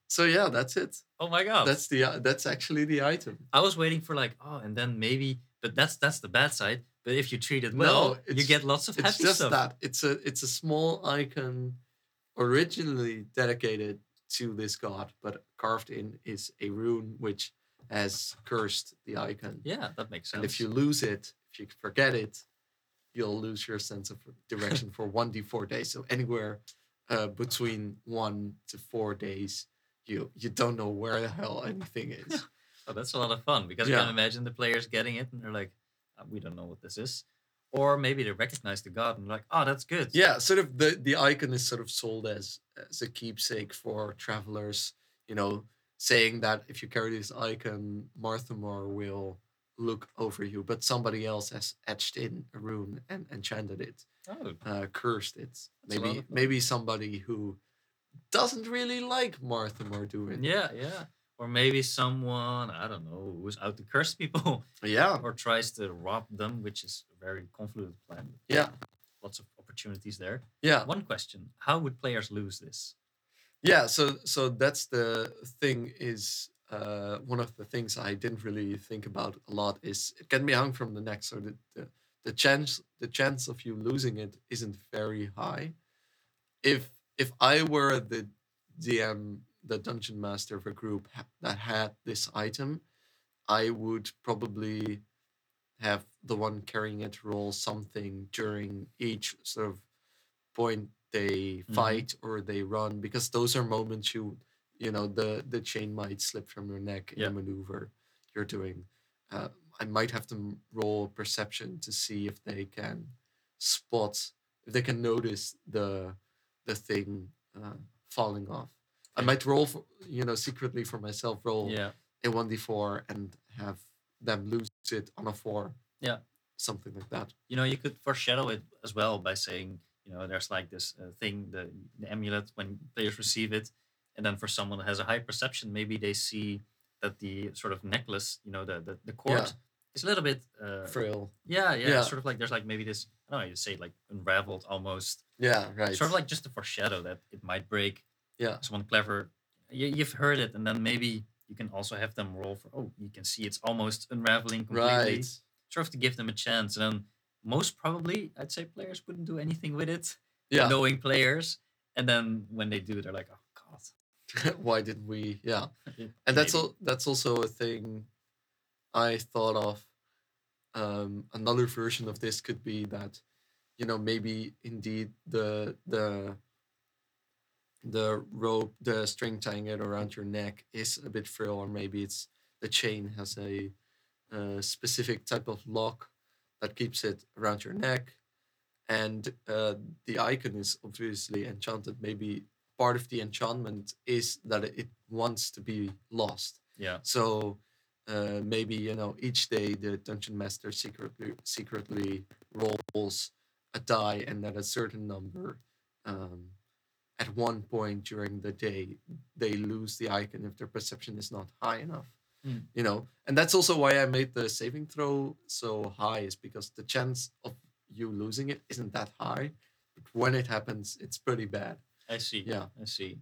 A: So yeah, that's it.
B: Oh my god.
A: That's the uh, that's actually the item.
B: I was waiting for like, oh, and then maybe, but that's that's the bad side. But if you treat it
A: No,
B: well, you
A: it's-
B: get lots of
A: It's
B: happy
A: just
B: stuff.
A: that it's a it's a small icon, originally dedicated to this god, but carved in is a rune which has cursed the icon.
B: Yeah, that makes sense.
A: And if you lose it, if you forget it, you'll lose your sense of direction for 1d4 days. So anywhere uh, between one to four days, you you don't know where the hell anything is.
B: oh, that's a lot of fun because I
A: Yeah.
B: can imagine the players getting it and they're like, "Uh, we don't know what this is, or maybe they recognize the god and like, oh, that's good.
A: yeah, sort of the, the icon is sort of sold as as a keepsake for travelers, you know, saying that if you carry this icon, Marthamor will look over you, but somebody else has etched in a rune and enchanted it.
B: Oh,
A: uh, cursed it.
B: That's a lot
A: Maybe
B: of fun.
A: maybe somebody who doesn't really like Martha Marduin.
B: yeah, yeah. Or maybe someone I don't know who's out to curse people
A: Yeah.
B: or tries to rob them, which is a very convoluted plan.
A: Yeah.
B: Lots of opportunities there.
A: Yeah.
B: One question: How would players lose this?
A: Yeah. So so that's the thing is uh, one of the things I didn't really think about a lot is it can be hung from the neck. So the, the the chance the chance of you losing it isn't very high. If if I were the DM, the dungeon master of a group ha- that had this item, I would probably have the one carrying it roll something during each sort of point they
B: Mhm.
A: fight or they run because those are moments you you know the the chain might slip from your neck in
B: Yeah.
A: a maneuver you're doing uh, i might have them roll perception to see if they can spot if they can notice the the thing uh, falling off i
B: Yeah.
A: might roll for, you know secretly for myself roll
B: Yeah.
A: a 1d4 and have them lose it on a 4.
B: Yeah.
A: Something like that.
B: you know you could foreshadow it as well by saying you know there's like this uh, thing the, the amulet when players receive it and then for someone that has a high perception maybe they see that the sort of necklace you know the the, the cord
A: Yeah.
B: is a little bit uh,
A: Frail.
B: yeah, yeah
A: Yeah.
B: sort of like there's like maybe this i don't know you say like unraveled almost
A: Yeah, right.
B: sort of like just to foreshadow that it might break
A: Yeah.
B: someone clever you, you've heard it and then maybe you can also have them roll for oh you can see it's almost unraveling completely
A: right.
B: sort of to give them a chance. And then most probably, I'd say players wouldn't do anything with it,
A: Yeah.
B: knowing players. And then when they do, they're like, oh god.
A: Why did we? Yeah.
B: Yeah,
A: And that's
B: maybe.
A: all that's also a thing I thought of. Um, another version of this could be that, you know, maybe indeed the the the rope, the string tying it around your neck is a bit frail, or maybe it's the chain has a a specific type of lock that keeps it around your neck. And uh, the icon is obviously enchanted. Maybe part of the enchantment is that it wants to be lost.
B: Yeah.
A: So uh, maybe you know each day the dungeon master secretly secretly rolls a die, and at a certain number, um, at one point during the day, they lose the icon if their perception is not high enough.
B: Mm.
A: You know, and that's also why I made the saving throw so high, is because the chance of you losing it isn't that high, but when it happens, it's pretty bad.
B: I see.
A: Yeah.
B: I see.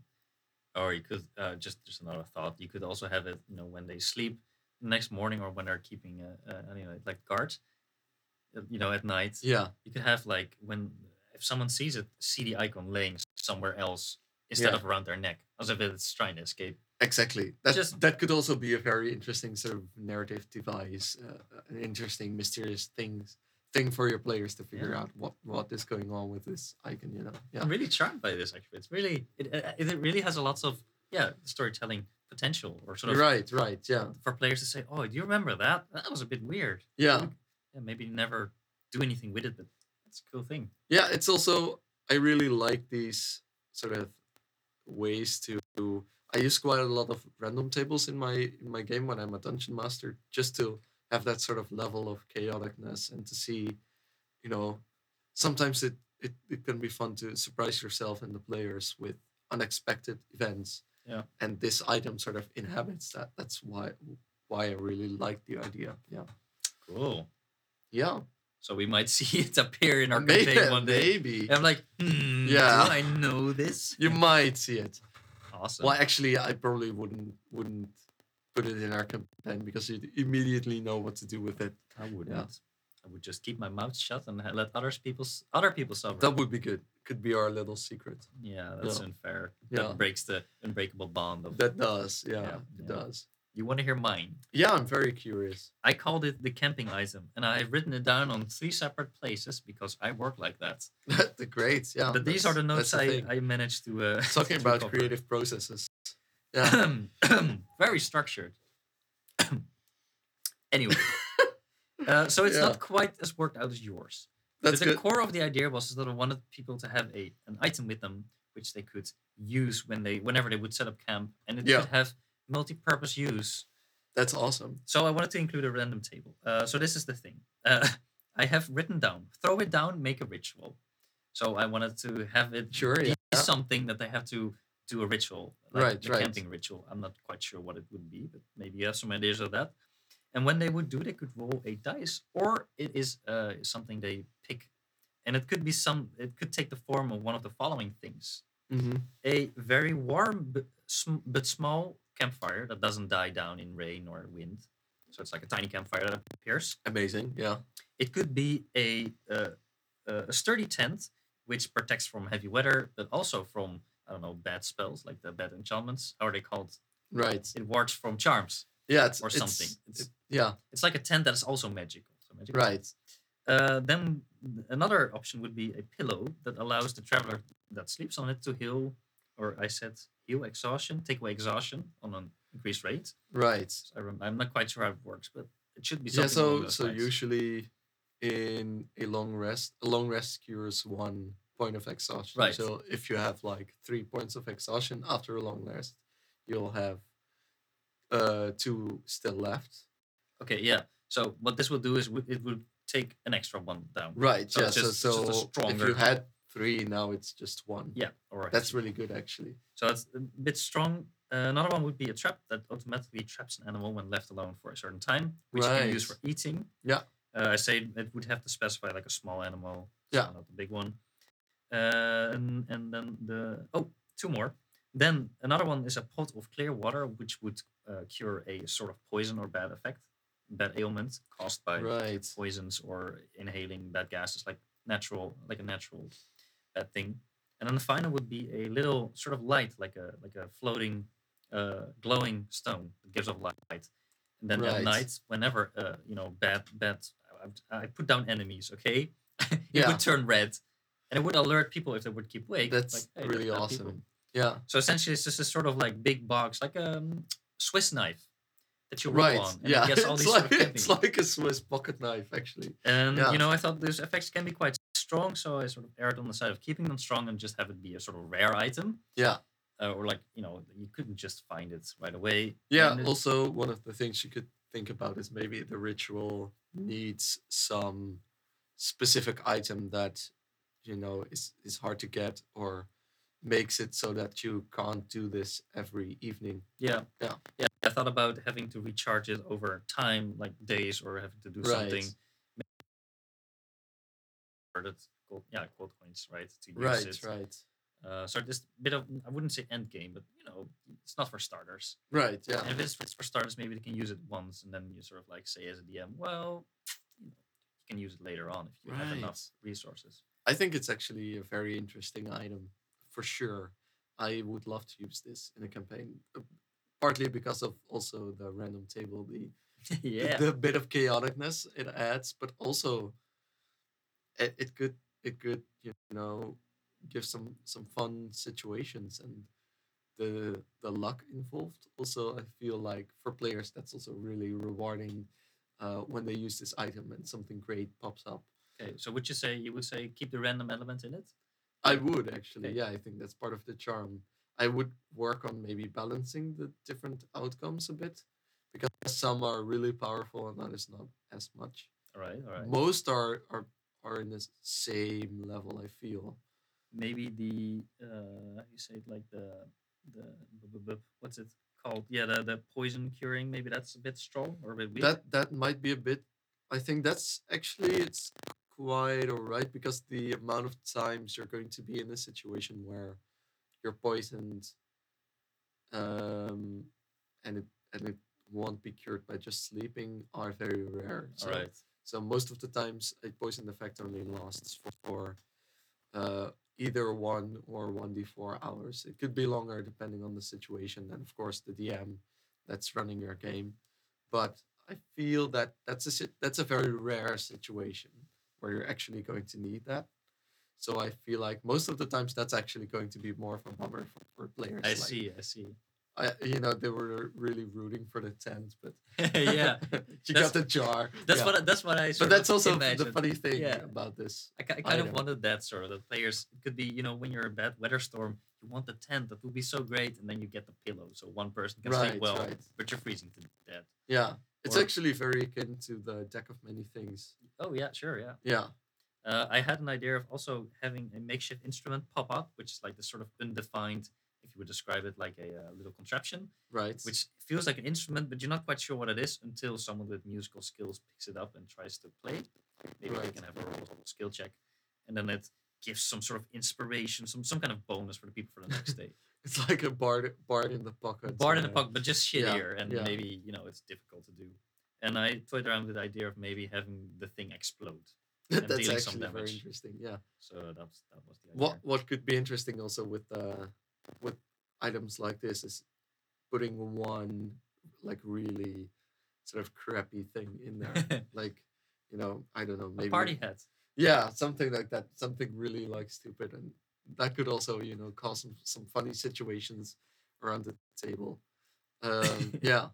B: Or you could uh, just just another thought. You could also have it, you know, when they sleep the next morning or when they're keeping a, a you know, like guard, uh, you know, at night.
A: Yeah,
B: You could have like when if someone sees it, see the icon laying somewhere else instead
A: Yeah.
B: of around their neck, as if it's trying to escape.
A: exactly. That
B: Just-
A: that could also be a very interesting sort of narrative device, uh, an interesting mysterious things thing for your players to figure
B: Yeah.
A: out what what is going on with this icon. You know, yeah.
B: I'm really charmed by this. Actually, it's really it uh, it really has a lots of yeah storytelling potential or sort of
A: Right, right, yeah,
B: for players to say, oh, do you remember that? That was a bit weird.
A: yeah.
B: Yeah, maybe never do anything with it, but it's a cool thing.
A: yeah it's also i really like these sort of ways to i use quite a lot of random tables in my in my game when i'm a dungeon master just to have that sort of level of chaoticness and to see you know sometimes it it, it can be fun to surprise yourself and the players with unexpected events
B: Yeah.
A: and this item sort of inhabits that that's why why i really like the idea yeah
B: Cool.
A: Yeah.
B: So we might see it appear in our
A: Maybe.
B: campaign one day.
A: maybe.
B: And I'm like, hmm,
A: Yeah.
B: do I know this?
A: You might see it.
B: Awesome.
A: Well, actually, I probably wouldn't wouldn't put it in our campaign because you'd immediately know what to do with it.
B: I wouldn't. I would just keep my mouth shut and ha- let others people s- other people suffer.
A: That would be good. Could be our little secret.
B: yeah, that's
A: Yeah.
B: unfair.
A: Yeah.
B: That breaks the unbreakable bond of.
A: That does. Yeah,
B: Yeah,
A: it
B: yeah.
A: does.
B: you want to hear mine?
A: Yeah, I'm very curious.
B: I called it the camping item, and I've written it down on three separate places because I work like that.
A: the greats. Yeah.
B: but these are the
A: that's-
B: notes
A: that's
B: I,
A: thing.
B: I managed to. Uh,
A: talking
B: to
A: about
B: cover.
A: creative processes. Yeah.
B: very structured. anyway, uh, so it's
A: Yeah.
B: not quite as worked out as yours.
A: That's
B: but the
A: good.
B: core of the idea was that I wanted people to have a an item with them which they could use when they whenever they would set up camp, and it
A: Yeah.
B: could have multi-purpose use.
A: That's awesome.
B: So I wanted to include a random table. Uh, so this is the thing. Uh, I have written down: throw it down, make a ritual. So I wanted to have it
A: Sure.
B: be
A: Yeah.
B: something that they have to do a ritual, like
A: Right,
B: the
A: right.
B: camping ritual. I'm not quite sure what it would be, but maybe you have some ideas of that. And when they would do, they could roll a dice, or it is uh, something they pick, and it could be some. It could take the form of one of the following things:
A: hmm
B: a very warm but, sm- but small campfire that doesn't die down in rain or wind, so it's like a tiny campfire that appears.
A: Amazing. Yeah.
B: It could be a uh, uh, a sturdy tent which protects from heavy weather, but also from I don't know bad spells like the bad enchantments. How are they called?
A: Right.
B: It wards from charms.
A: Yeah. It's,
B: Or
A: it's-
B: something.
A: it-
B: It's-
A: yeah.
B: It's like a tent that is also magical. So magical.
A: Right.
B: Uh, then another option would be a pillow that allows the traveler that sleeps on it to heal, or I said heal exhaustion, take away exhaustion on an increased rate.
A: Right.
B: So I rem- I'm not quite sure how it works, but it should be
A: Yeah.
B: something. along
A: So
B: those
A: so
B: lines.
A: usually, in a long rest, a long rest cures one point of exhaustion.
B: Right.
A: So if you have like three points of exhaustion after a long rest, you'll have uh two still left.
B: Okay, yeah. So what this will do is w- it would take an extra one down.
A: Right.
B: So
A: yeah.
B: it's just-
A: Uh, so
B: just a
A: so if
B: stronger-
A: you had three, now it's just one.
B: Yeah, all right.
A: That's really good, actually.
B: so that's a bit strong. Uh, another one would be a trap that automatically traps an animal when left alone for a certain time, which you can use for
A: Right.
B: eating.
A: Yeah.
B: Uh, I say it would have to specify like a small animal,
A: Yeah.
B: so not a big one. Uh, and, and then the oh, two more. Then another one is a pot of clear water, which would uh, cure a sort of poison or bad effect, bad ailment caused by
A: Right.
B: poisons or inhaling bad gases, like natural, like a natural bad thing. And then the final would be a little sort of light, like a like a floating, uh, glowing stone that gives off light. And then
A: Right.
B: at night, whenever uh, you know bad bad, I, I put down enemies. Okay, it
A: Yeah.
B: would turn red, and it would alert people if they would keep awake.
A: That's
B: like, "Hey, there's
A: really
B: bad
A: awesome.
B: people."
A: Yeah.
B: So essentially, it's just a sort of like big box, like a um, Swiss knife that you roll
A: Right.
B: on, and
A: yeah.
B: it gets all
A: it's,
B: these
A: like,
B: sort of camping
A: it's like a Swiss pocket knife, actually.
B: and
A: Yeah.
B: you know, I thought those effects can be quite strong, so I sort of erred on the side of keeping them strong and just have it be a sort of rare item,
A: Yeah.
B: uh, or like you know, you couldn't just find it right away.
A: Yeah.
B: and it-
A: Also, one of the things you could think about is maybe the ritual needs some specific item that you know is is hard to get or makes it so that you can't do this every evening.
B: yeah,
A: Yeah.
B: yeah. I thought about having to recharge it over time, like days, or having to do something.
A: Right.
B: or That's gold, yeah, gold coins, right? To use
A: Right.
B: it.
A: Right.
B: Uh, so this bit of I wouldn't say end game, but you know, it's not for starters.
A: Right. Yeah.
B: And if it's, it's for starters, maybe they can use it once, and then you sort of like say as a DM, well, you know, you can use it later on if you have enough resources.
A: I think it's actually a very interesting item for sure. I would love to use this in a campaign, uh, partly because of also the random table, the the-
B: yeah,
A: the bit of chaoticness it adds, but also it, it could it could you know give some some fun situations and the the luck involved. Also, I feel like for players that's also really rewarding uh, when they use this item and something great pops up.
B: okay. So would you say you would say keep the random element in it?
A: I would actually,
B: Okay.
A: yeah, I think that's part of the charm. I would work on maybe balancing the different outcomes a bit because some are really powerful and others not as much.
B: All right, all right.
A: most are are are in the s- same level. I feel
B: Maybe the uh, how do you say it like the the bu- bu- bu- what's it called? Yeah, the, the poison curing. Maybe that's a bit strong or a bit weak.
A: that that might be a bit I think that's actually it's quite all right because the amount of times you're going to be in a situation where you're poisoned um, and it and it won't be cured by just sleeping are very rare. So,
B: All right.
A: so most of the times a poison effect only lasts for uh, either one or one d four hours. It could be longer depending on the situation and of course the DM that's running your game. But I feel that that's a sit- that's a very rare situation where you're actually going to need that. So I feel like most of the times that's actually going to be more of a bummer for, for players.
B: I
A: like,
B: see. I see.
A: I, you know, they were really rooting for the tent, but
B: yeah.
A: she
B: That's-
A: got the jar.
B: That's
A: Yeah.
B: what. I, that's what I.
A: But
B: sort of
A: that's also f- the
B: imagined.
A: funny thing
B: Yeah.
A: about this.
B: I, ki- I
A: I
B: kind of
A: know.
B: wanted that sort of the players. It could be, you know, when you're in a bad weather storm, you want the tent that would be so great, and then you get the pillow, so one person can
A: Right,
B: sleep well,
A: right.
B: but you're freezing to death.
A: Yeah, it's
B: Or-
A: actually very akin to the deck of many things.
B: Oh yeah, sure, yeah.
A: Yeah,
B: Uh, I had an idea of also having a makeshift instrument pop up, which is like this sort of undefined, if you would describe it like a uh, little contraption,
A: right.
B: which feels like an instrument, but you're not quite sure what it is until someone with musical skills picks it up and tries to play it. Maybe they
A: Right.
B: can have a roll skill check, and then it gives some sort of inspiration, some some kind of bonus for the people for the next day.
A: it's like a bard, bard in the pocket.
B: Bard in the
A: uh,
B: Puck, but just
A: yeah,
B: shittier, and
A: yeah.
B: maybe you know it's difficult to do. And I toyed around with the idea of maybe having the thing explode. and
A: that's
B: dealing some
A: actually very
B: damage.
A: interesting. Yeah.
B: So that was that was the idea.
A: What what could be interesting also with uh with items like this is putting one like really sort of crappy thing in there. like you know i don't know
B: a
A: maybe
B: party hat.
A: yeah something like that something really like stupid and that could also you know cause some, some funny situations around the table um yeah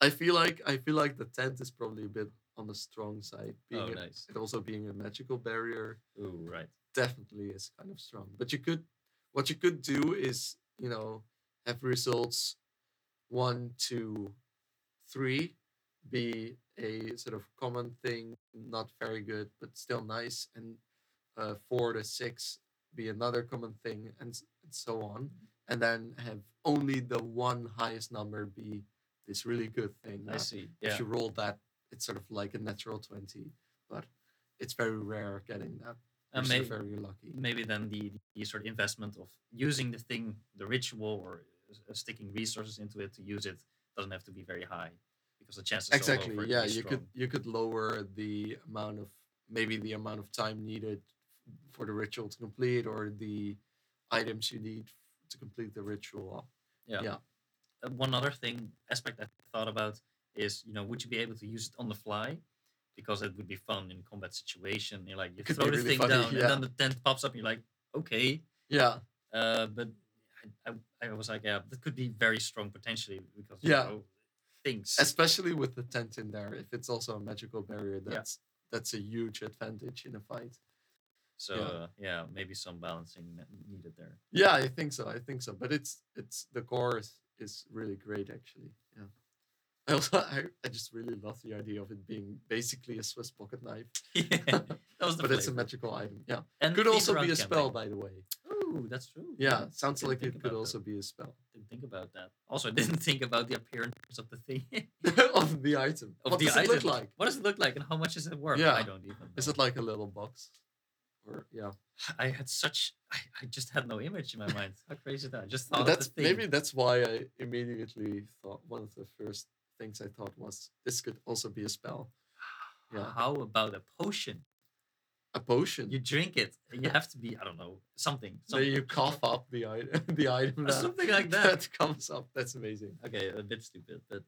A: i feel like i feel like the tent is probably a bit on the strong side being
B: Oh,
A: a-
B: nice.
A: it also being a magical barrier
B: Ooh, right.
A: definitely is kind of strong. But you could, what you could do is, you know, have results one, two, three be a sort of common thing, not very good, but still nice, and uh, four to six be another common thing, and, s- and so on. And then have only the one highest number be this really good thing.
B: I
A: Now,
B: see.
A: If
B: Yeah.
A: you roll that, it's sort of like a natural 20, but it's very rare getting that. You're
B: And
A: so
B: may- Uh, maybe,
A: very lucky.
B: then the, the sort of investment of using the thing, the ritual, or s- uh, sticking resources into it to use it doesn't have to be very high, because the chances
A: exactly
B: Are low for it to
A: yeah
B: be
A: you could
B: strong.
A: you could lower the amount of maybe the amount of time needed for the ritual to complete or the items you need to complete the ritual
B: Yeah.
A: yeah.
B: Uh, one other thing aspect I thought about is you know would you be able to use it on the fly? Because it would be fun in a combat situation. You're like you
A: Could be
B: throw the
A: really
B: thing
A: funny,
B: down,
A: yeah.
B: and then the tent pops up. and You're like, okay,
A: yeah
B: uh, but I, I, I was like, yeah, that could be very strong potentially because
A: Yeah.
B: you know, things.
A: especially with the tent in there if it's also a magical barrier that's that's a huge advantage in a fight
B: So
A: Yeah.
B: uh, yeah, maybe some balancing ne- needed there.
A: yeah i think so i think so but it's it's the core is, is really great actually yeah i also I, I just really love the idea of it being basically a swiss pocket knife
B: that was the
A: but it's a
B: flavor.
A: magical item yeah
B: and
A: could
B: thief
A: also be
B: around
A: a spell
B: camping.
A: by the way
B: Ooh, that's true.
A: Yeah, sounds
B: didn't
A: like
B: think
A: it
B: about
A: could
B: that.
A: also be a spell
B: Didn't think about that. Also, I didn't think about the appearance of the thing.
A: of the item.
B: of
A: what
B: the
A: does it
B: item.
A: look like?
B: What does it look like, and how much is it worth? I
A: Yeah.
B: don't even. Know.
A: Is it like a little box? Or yeah,
B: I had such. I, I just had no image in my mind. How crazy is that! I just thought of Oh, the
A: that's
B: thing.
A: maybe that's why I immediately thought one of the first things I thought was this could also be a spell, yeah.
B: How about a potion?
A: a potion.
B: You drink it, and you have to be. I don't know something.
A: then
B: something.
A: you cough up the item, the item
B: Or
A: that,
B: something like that.
A: that comes up. That's amazing.
B: Okay, a bit stupid, but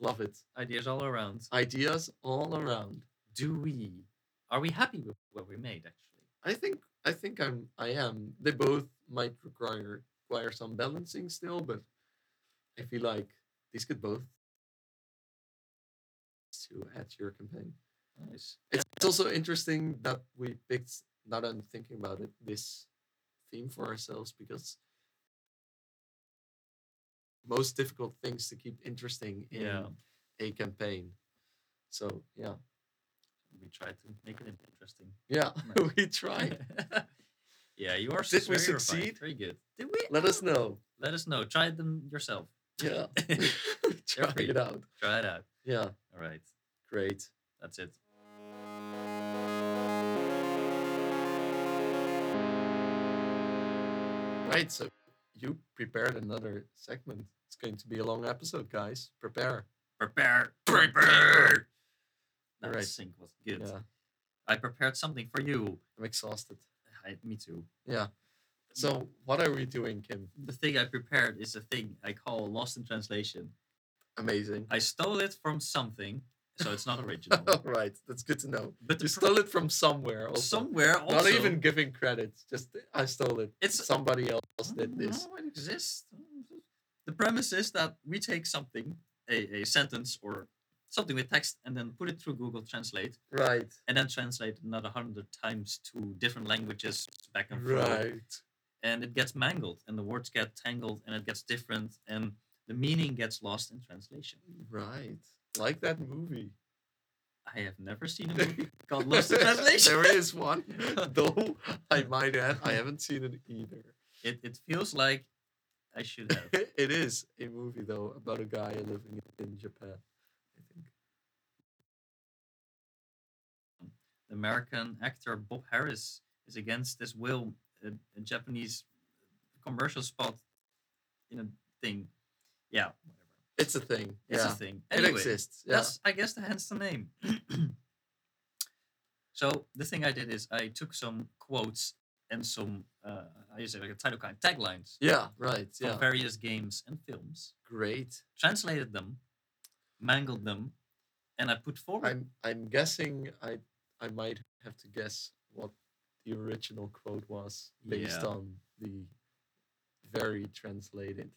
A: Love it.
B: ideas all around.
A: Ideas all around.
B: do we are we happy with what we made actually
A: I think I think I'm I am. They both might require require some balancing still, but I feel like these could both to add to your campaign.
B: nice
A: It's, it's also interesting that we picked now that I'm thinking about it, this theme for ourselves because most difficult things to keep interesting in
B: Yeah.
A: a campaign. So yeah.
B: we tried to make it interesting
A: Yeah,
B: Nice.
A: we tried.
B: yeah you are
A: Did we
B: very refined.
A: succeed? Oh.
B: very good did we
A: Let us know.
B: let us know try them yourself
A: Yeah. Try
B: free.
A: it out.
B: try it out
A: Yeah,
B: all right
A: great.
B: That's it.
A: Right, so you prepared another segment. It's going to be a long episode, guys. Prepare.
B: Prepare.
A: Prepare.
B: That
A: Right.
B: sync was good.
A: Yeah,
B: I prepared something for you.
A: I'm exhausted.
B: I, me too.
A: Yeah. So what are we doing, Kim?
B: The thing I prepared is a thing I call Lost in Translation.
A: Amazing.
B: I stole it from something, so it's not original.
A: All right, that's good to know.
B: but
A: Oh,
B: the
A: You
B: pro-
A: stole it from somewhere. Also.
B: somewhere also.
A: Not even giving credit. Just I stole it.
B: It's
A: Somebody else
B: Mm,
A: did this.
B: No, it exists. The premise is that we take something, a, a sentence or something with text, and then put it through Google Translate,
A: Right.
B: and then translate another hundred times to different languages back and forth.
A: Right.
B: And it gets mangled, and the words get tangled, and it gets different, and the meaning gets lost in translation.
A: Right. Like that movie.
B: I have never seen a movie called Lost in Translation.
A: there is one, though I might add I haven't seen it either.
B: It, it feels like I should have.
A: it is a movie though about a guy living in Japan. I think.
B: the American actor Bob Harris is against this will a, a Japanese commercial spot in a thing. Yeah, whatever.
A: It's a thing.
B: It's
A: yeah.
B: a thing.
A: It
B: Anyway,
A: exists. Yeah.
B: That's I guess the hence the name. so the thing I did is I took some quotes and some uh, I use it like a title kind taglines
A: Yeah. Right.
B: from
A: Yeah.
B: various games and films,
A: Great.
B: translated them, mangled them, and I put forward
A: I'm I'm guessing I I might have to guess what the original quote was based
B: Yeah.
A: on the very translated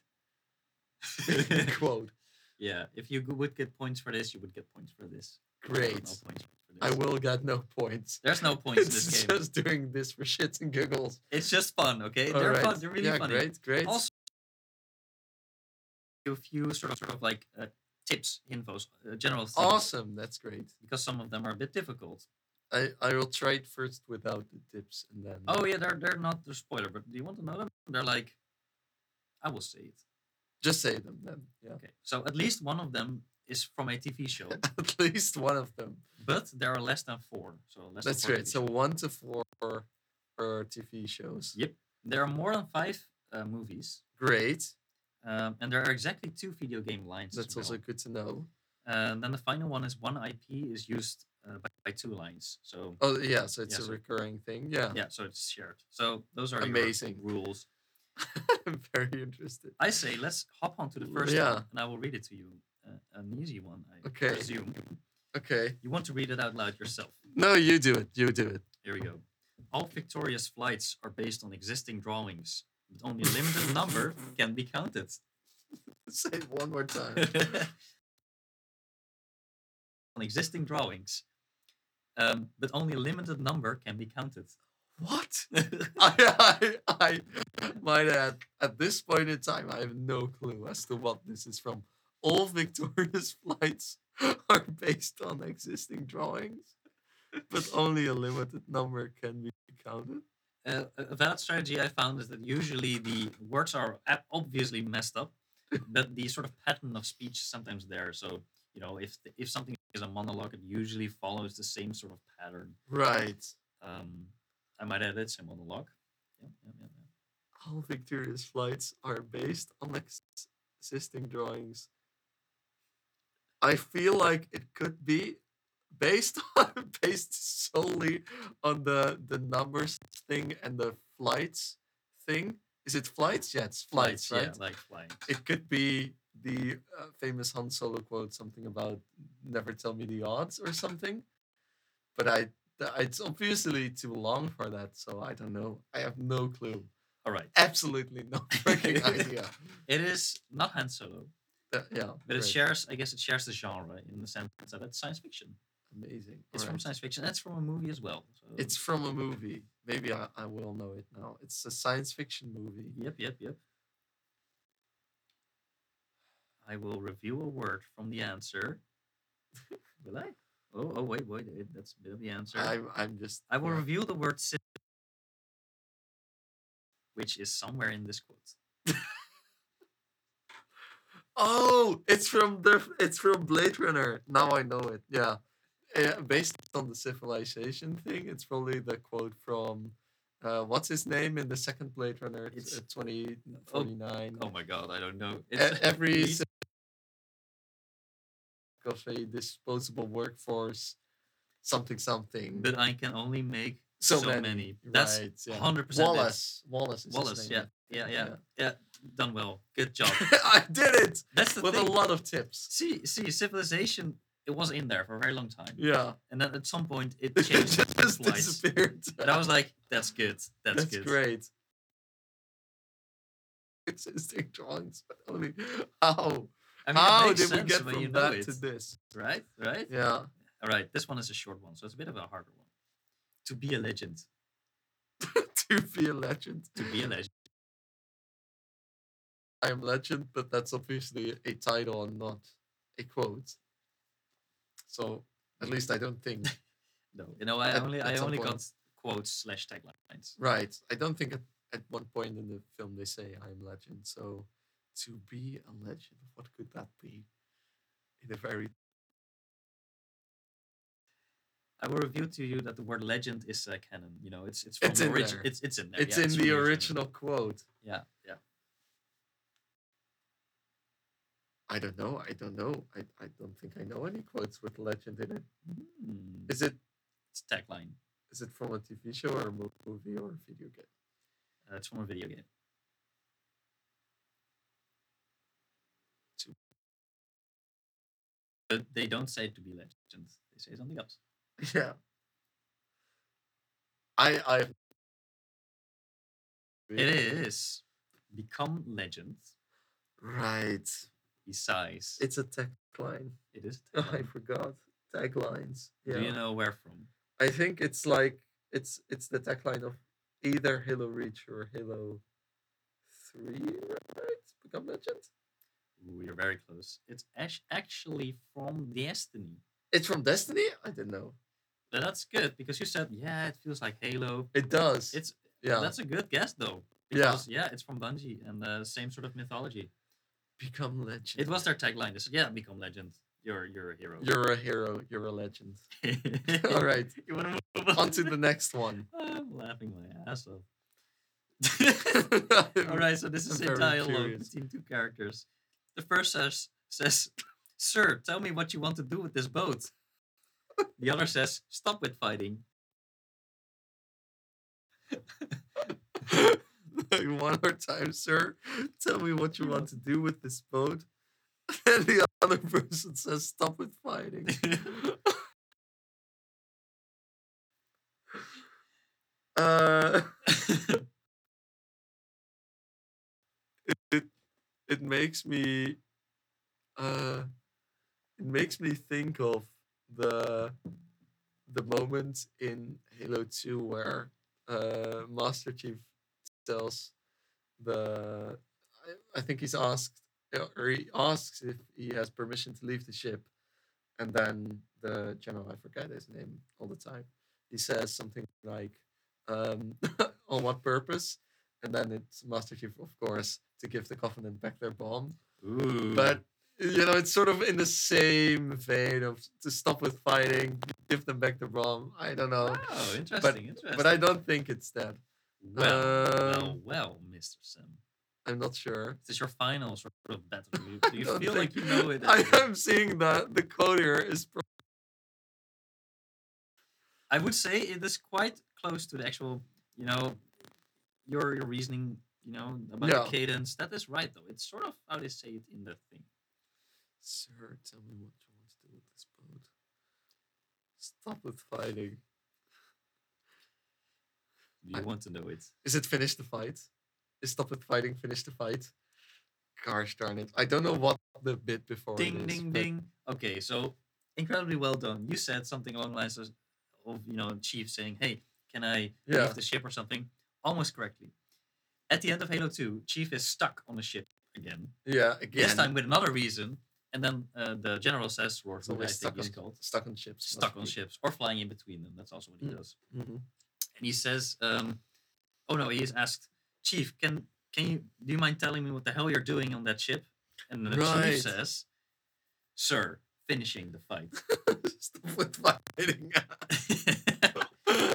A: quote.
B: Yeah, if you go- would get points for this, you would get points for this. There are
A: Great.
B: No points for this.
A: I will get no points.
B: There's no points in
A: It's
B: this game.
A: just doing this for shits and giggles.
B: It's just fun, okay? They're
A: Alright.
B: fun. They're really
A: yeah,
B: funny.
A: great, great.
B: Also, a few sort of, sort of like uh, tips, infos, uh, general things,
A: awesome. That's great.
B: because some of them are a bit difficult.
A: I, I will try it first without the tips and then.
B: Oh yeah, they're they're not the spoiler, but do you want to know them? They're like, I will say it.
A: Just say them then. Yeah.
B: Okay, so at least one of them is from a TV show,
A: At least one of them.
B: but there are less than four. So less
A: That's
B: than four
A: great.
B: TV
A: So
B: shows.
A: one to four are TV shows.
B: Yep. there are more than five uh, movies.
A: Great.
B: Um, and there are exactly two video game lines. as
A: That's also
B: well.
A: good to know.
B: Uh, and then the final one is one IP is used uh, by, by two lines. So
A: Oh yeah, so it's
B: Yeah,
A: a
B: so-
A: recurring thing. Yeah.
B: yeah, so it's shared. So those are your
A: Oh. Amazing.
B: rules.
A: I'm very interested.
B: I say let's hop on to the first
A: Yeah.
B: one, and I will read it to you. Uh, an easy one, I
A: Okay.
B: presume.
A: Okay.
B: You want to read it out loud yourself.
A: No, you do it. You do it.
B: Here we go. All Victoria's flights are based on existing drawings, but only a limited number can be counted.
A: Say it one more time.
B: on existing drawings, um, but only a limited number can be counted.
A: what? I, I I might add at this point in time I have no clue as to what this is from. All Victoria's flights are based on existing drawings, but only a limited number can be counted.
B: Uh, a a valid strategy I found is that usually the words are ab- obviously messed up, but the sort of pattern of speech is sometimes there. So you know, if th- if something is a monologue, it usually follows the same sort of pattern.
A: Right.
B: Um, I might add it's a monologue. Yeah, yeah, yeah, yeah.
A: All Victoria's flights are based on ex- existing drawings. I feel like it could be based on, based solely on the the numbers thing and the flights thing. Is it flights? Yeah, it's flights, right?
B: yeah, like flying.
A: It could be the uh, famous Han Solo quote, something about "Never tell me the odds" or something. But I, th- it's obviously too long for that, so I don't know. I have no clue
B: All right,
A: absolutely no freaking idea.
B: it is not Han Solo,
A: That- yeah,
B: but it
A: great.
B: shares. I guess it shares the genre in the sense that it's science fiction.
A: amazing.
B: It's from
A: Alright.
B: science fiction. That's from a movie as well. So.
A: It's from a movie. Maybe I, I will know it now. It's a science fiction movie.
B: Yep, yep, yep. I will review a word from the answer. will I? Oh, oh, wait, wait. eh, That's a bit of the answer. I,
A: I'm I'm just
B: will
A: yeah.
B: review the word sit, which is somewhere in this quote.
A: Oh, it's from the it's from Blade Runner. Now I know it. Yeah. uh, based on the civilization thing, it's probably the quote from uh, what's his name in the second Blade Runner t-
B: It's-
A: uh, 2049.
B: Oh my god, I don't know.
A: E-
B: It's
A: Every
B: he's-
A: civ- of a disposable workforce, something something.
B: that I can only make
A: so,
B: so, many. That's
A: right, yeah.
B: 100% it.
A: Wallace. Wallace. Is
B: Wallace.
A: His
B: Yeah.
A: name.
B: yeah, yeah, yeah, Done well. Good job.
A: I did it
B: That's the
A: with
B: thing.
A: a lot of tips.
B: See, see, civilization. It was in there for a very long time,
A: Yeah,
B: and then at some point it
A: it
B: changed
A: just
B: twice.
A: disappeared.
B: And I was like, "That's good. That's,
A: That's
B: good."
A: great. Existing drawings, but only how
B: I mean, it
A: how
B: makes
A: did we
B: sense
A: get
B: when you
A: from
B: know
A: that
B: it,
A: to this?
B: right? Right.
A: Yeah.
B: All right. This one is a short one, so it's a bit of a harder one. To be a legend.
A: to be a legend.
B: To be a legend.
A: I am legend, but that's obviously a title and not a quote. So at least I don't think.
B: No, you know, I
A: At-
B: only,
A: at
B: I
A: some
B: only
A: point.
B: got quotes slash taglines.
A: right. I don't think at, at one point in the film they say I am legend. So to be a legend, what could that be? In a very
B: I will reveal to you that the word legend is uh, canon. You know, it's it's from
A: It's
B: the
A: in
B: origin.
A: there.
B: It's it's in there.
A: it's
B: yeah,
A: in
B: from
A: the original quote.
B: Yeah, yeah.
A: I don't know. I don't know. I, I don't think I know any quotes with legend in it.
B: Hmm,
A: Is it
B: It's a tagline.
A: is it from a TV show or a mo- movie or a video game?
B: Uh, it's from a video game.
A: To-
B: But they don't say to be legend. They say something else.
A: Yeah. I I
B: It is become legend.
A: Right.
B: He sighs.
A: It's a tagline.
B: it is. a
A: Oh, I
B: tagline.
A: forgot taglines. Yeah.
B: Do you know where from?
A: I think it's like it's it's the tagline of either Halo Reach or Halo Three, right? Become Legend.
B: Ooh, you're very close. It's ash- actually from Destiny.
A: It's from Destiny. I didn't know.
B: But that's good because you said, yeah, it feels like Halo.
A: It does.
B: It's
A: yeah.
B: that's a good guess though.
A: Yeah.
B: Because, yeah, it's from Bungie and uh, same sort of mythology.
A: Become Legend.
B: It was their tagline. They said, "Yeah, become legend. You're you're a hero."
A: You're a hero. You're a legend. All right.
B: You want to move
A: On to the next one.
B: I'm laughing my ass off. All
A: All
B: right, so this
A: I'm
B: is a
A: very
B: dialogue
A: curious.
B: between two characters. The first says, says, "Sir, tell me what you want to do with this boat." The other says, "Stop with fighting."
A: One more time, sir. Tell me what you want to do with this boat. And the other person says, "Stop with fighting." uh, it makes me, uh, it makes me think of the the moment in Halo Two where uh, Master Chief tells the I, I think he's asked uh, or he asks if he has permission to leave the ship and then the general I forget his name all the time he says something like um, on what purpose and then it's Master Chief of course to give the Covenant back their bomb
B: Ooh.
A: but you know it's sort of in the same vein of to stop with fighting give them back the bomb I don't know
B: oh, interesting, interesting.
A: uh, but I don't think it's that
B: Well,
A: um,
B: well, well, Mr. Sim.
A: I'm not sure.
B: This is your final sort of battle. Do you, do you
A: don't
B: feel like you
A: think-
B: know it?
A: I
B: already?
A: am seeing that the code here is pro-
B: I would say it is quite close to the actual, you know, your your reasoning, you know, about
A: Yeah.
B: the cadence. That is right though. It's sort of how they say it in the thing.
A: Sir, tell me what you want to do with this boat. Stop with fighting.
B: You
A: I-
B: want to know it.
A: Is it finish the fight? Is stop with fighting finish the fight? Gosh darn it. I don't know what the bit before it
B: Ding
A: is,
B: ding
A: but
B: ding. Okay, so incredibly well done. You said something along the lines of, of, you know, chief saying, "Hey, can I
A: Yeah.
B: leave the ship or something?" Almost correctly. At the end of Halo 2, Chief is stuck on the ship again.
A: Yeah, again.
B: This time with another reason. And then uh, the general says, or
A: it's
B: who I
A: always stuck
B: think
A: on,
B: he's called,
A: stuck on ships.
B: stuck on ships or flying in between them. That's also what he
A: Mm.
B: does.
A: hmm
B: And he says, um, "Oh no!" He is asked, "Chief, can can you do you mind telling me what the hell you're doing on that ship?" And the
A: Right.
B: chief says, "Sir, finishing the fight."
A: stuff with violating.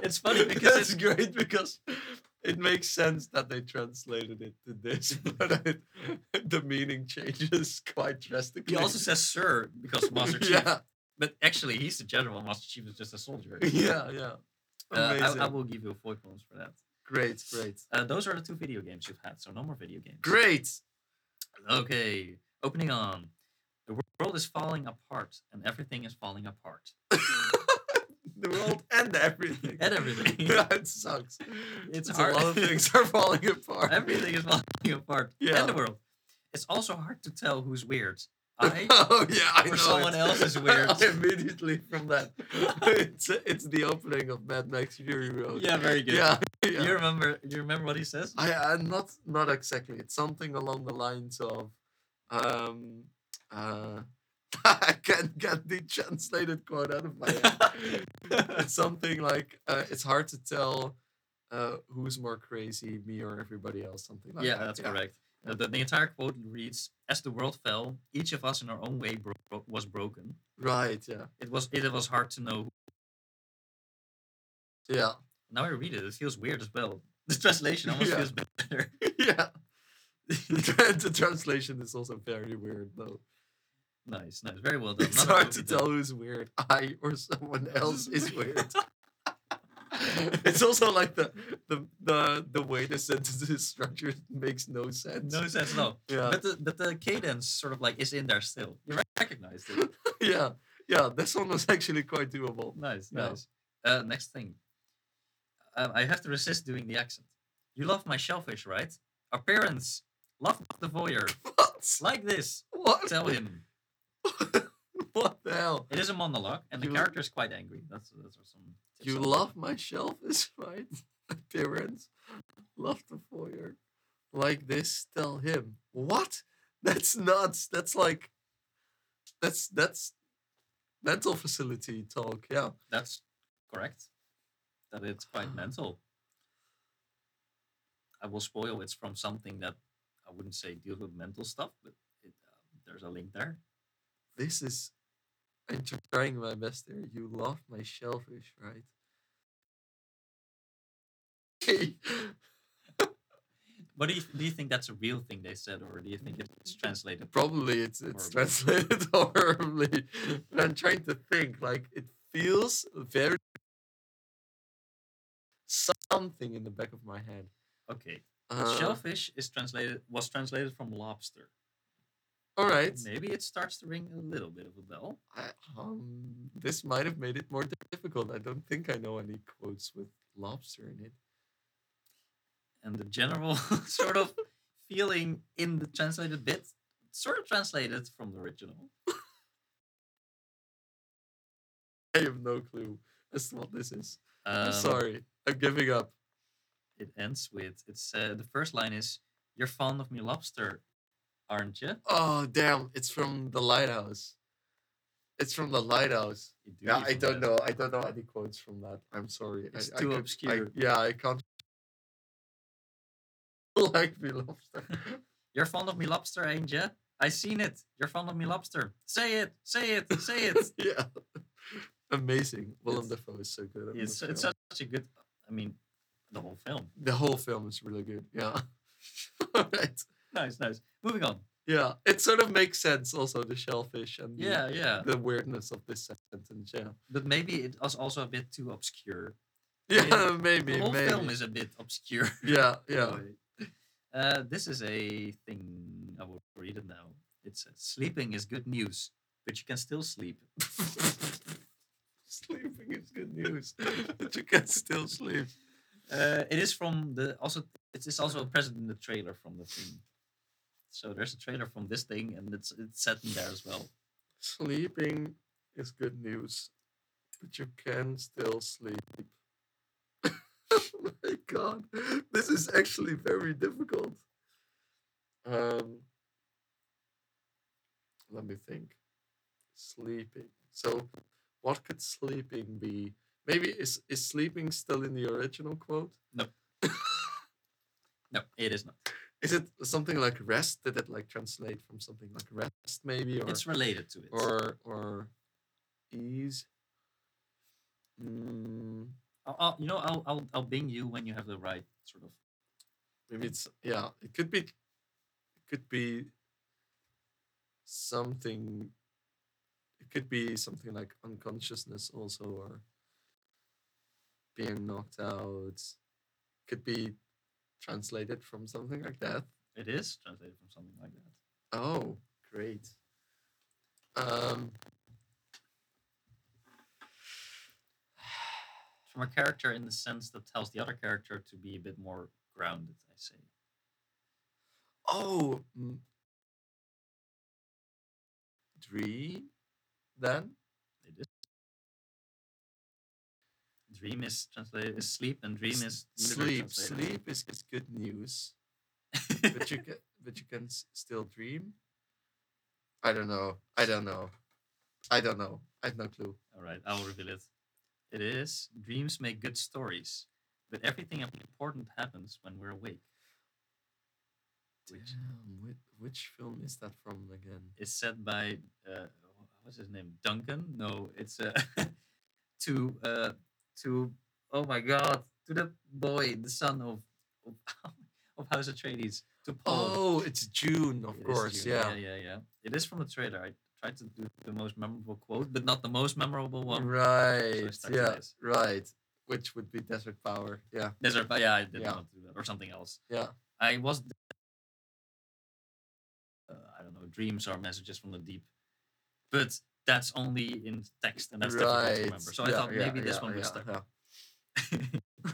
B: It's funny because
A: it's
B: it's-
A: great because it makes sense that they translated it to this, but it, the meaning changes quite drastically.
B: He also says "sir" because Master Chief,
A: yeah,
B: but actually he's the general. Master Chief is just a soldier.
A: yeah, yeah.
B: Uh,
A: Amazing.
B: I, I will give you four points for that.
A: Great, great,
B: Uh, those are the two video games you've had, so no more video games.
A: great.
B: Okay, opening on. The world is falling apart, and everything is falling apart.
A: the world and everything.
B: And everything.
A: yeah, it sucks. It's
B: It's
A: a
B: hard.
A: lot of things are falling apart.
B: Everything is falling apart.
A: Yeah.
B: And the world. It's also hard to tell who's weird. I
A: oh yeah, I
B: or
A: know
B: someone
A: it.
B: else is weird.
A: I immediately from that. it's it's the opening of Mad Max Fury Road.
B: yeah, very good.
A: Yeah. yeah.
B: You remember? You remember what he says?
A: I I'm not not exactly. It's something along the lines of, um, uh, I can't get the translated quote out of my head. it's something like uh, it's hard to tell uh, who's more crazy, me or everybody else. Something like
B: yeah,
A: that.
B: that's correct. Uh, The, the entire quote reads: "As the world fell, each of us in our own way bro- bro- was broken.
A: Right. Yeah.
B: It was it was hard to know."
A: Yeah.
B: Now I read it; it feels weird as well. The translation almost
A: Yeah.
B: feels better.
A: yeah. the, tra- the translation is also very weird though.
B: nice, nice, very well done.
A: It's
B: Another
A: hard
B: good
A: to
B: one.
A: tell who's weird. I or someone else is weird. it's also like the the the, the way the sentence is structured makes no sense.
B: No sense, no.
A: Yeah.
B: But the but the cadence sort of like is in there still. You recognized it.
A: yeah. Yeah. This one was actually quite doable.
B: Nice,
A: Yeah.
B: nice. Uh, next thing, um, I have to resist doing the accent. You love my shellfish, right? Our parents love the voyeur
A: What?
B: like this.
A: What?
B: Tell him.
A: What the hell?
B: It is a monologue, and the
A: You-
B: character is quite angry. That's that's some. tips
A: You
B: on-
A: love my shellfish, right? Appearance. Love the foyer. Like this, tell him. What? That's nuts. That's like that's that's mental facility talk, yeah.
B: That's correct. That it's
A: Ah.
B: quite mental. I will spoil. It's from something that I wouldn't say deals with mental stuff, but it, uh, there's a link there.
A: This is I'm tr- trying my best there. You love my shellfish, right? Hey,
B: But do you, do you think that's a real thing they said, or do you think it's translated?
A: Probably it's it's
B: Horribly.
A: translated horribly. But I'm trying to think. Like it feels very something in the back of my head.
B: Okay,
A: Uh,
B: shellfish is translated was translated from lobster.
A: All right.
B: Maybe it starts to ring a little bit of a bell.
A: I, um, this might have made it more difficult. I don't think I know any quotes with lobster in it.
B: and the general sort of feeling in the translated bit sort of translated from the original.
A: I have no clue as to what this is.
B: Um,
A: I'm sorry. I'm giving up.
B: It ends with it's uh, the first line is "You're fond of me, lobster, aren't you?"
A: Oh damn! It's from the lighthouse. It's from the lighthouse.
B: You do
A: Yeah,
B: be
A: I
B: fond
A: don't
B: of-
A: know. I don't know any quotes from that. I'm sorry.
B: It's
A: I, I
B: too
A: could- I-
B: obscure.
A: yeah, I can't. like me lobster.
B: You're fond of me, lobster, ain't you? I seen it. You're fond of me, lobster. Say it. Say it. Say it.
A: yeah. Amazing. Willem
B: It's-
A: Dafoe is so good. at
B: it's
A: this
B: it's
A: film.
B: such a good. I mean, the whole film.
A: the whole film is really good. Yeah. All right.
B: Nice, nice. Moving on.
A: Yeah. It sort of makes sense also the shellfish and the,
B: Yeah, yeah.
A: the weirdness of this sentence. Yeah.
B: But maybe it was also a bit too obscure. mean,
A: Yeah, maybe.
B: the whole
A: maybe.
B: film is a bit obscure.
A: yeah, yeah.
B: Wait. Uh, this is a thing. I will read it now. It says, "Sleeping is good news, but you can still sleep."
A: Sleeping is good news. but you can still sleep.
B: Uh, it is from the also. It is also present in the trailer from the thing. So there's a trailer from this thing, and it's it's set in there as well.
A: Sleeping is good news, but you can still sleep. oh my god, this is actually very difficult. Um, let me think. Sleeping. So, what could sleeping be? Maybe is is sleeping still in the original quote?
B: No, it is not.
A: Is it something like rest? Did it like translate from something like rest maybe? Or
B: It's related to it.
A: or or ease Mm,
B: I'll, I'll, you know, I'll, I'll, I'll bing you when you have the right sort of.
A: maybe it's yeah. It could be, it could be something. It could be something like unconsciousness also, or being knocked out. Could be translated from something like that.
B: It is translated from something like that.
A: Oh, great. Um,
B: From a character in the sense that tells the other character to be a bit more grounded, I say.
A: oh, mm, dream. Then
B: It is. Dream is translated is sleep, and dream is literally
A: sleep.
B: translated.
A: Sleep is, is good news, but you can but you can s- still dream. I don't know. I don't know. I don't know. I have no clue.
B: All right, I'll reveal it. It is dreams make good stories, but everything important happens when we're awake. Which
A: Damn, which, which film is that from again?
B: is said by uh, wh- what's his name? Duncan? No, it's uh, to uh, to oh my god, to the boy, the son of of, of House Atreides, to Paul.
A: Oh, it's June, of
B: It is
A: course.
B: Dune.
A: Yeah.
B: yeah, yeah, yeah. It is from the trailer. I tried to do the most memorable quote, but not the most memorable
A: Mm-hmm.
B: one.
A: Right.
B: stuck to
A: yeah.
B: this.
A: Right. Which would be Desert Power. Yeah.
B: Desert, but yeah, I did
A: Yeah.
B: not do that, or something else.
A: Yeah.
B: I was. Uh, I don't know. Dreams are messages from the deep, but that's only in text, and that's difficult to remember. So I
A: yeah,
B: thought
A: yeah,
B: maybe this
A: yeah,
B: one would
A: yeah,
B: stuck.
A: yeah.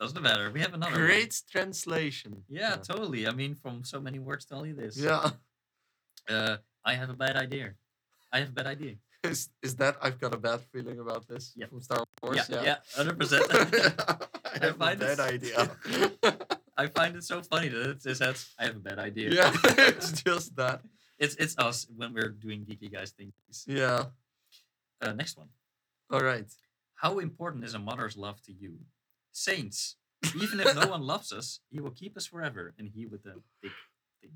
B: Doesn't matter. We have another. one.
A: Great translation.
B: Yeah, totally. I mean, from so many words to only this.
A: Yeah.
B: Uh, I have a bad idea. I have a bad idea.
A: Is is that I've got a bad feeling about this
B: Yeah.
A: from Star Wars?
B: yeah, yeah, hundred percent.
A: I have a
B: find
A: bad
B: this-
A: idea.
B: I find it so funny that it just has I have a bad idea.
A: yeah, it's just that.
B: it's it's us when we're doing geeky guys things.
A: Yeah.
B: Uh, next one.
A: All right.
B: How important is a mother's love to you? Saints. Even if no one loves us, he will keep us forever, and he with the big thing.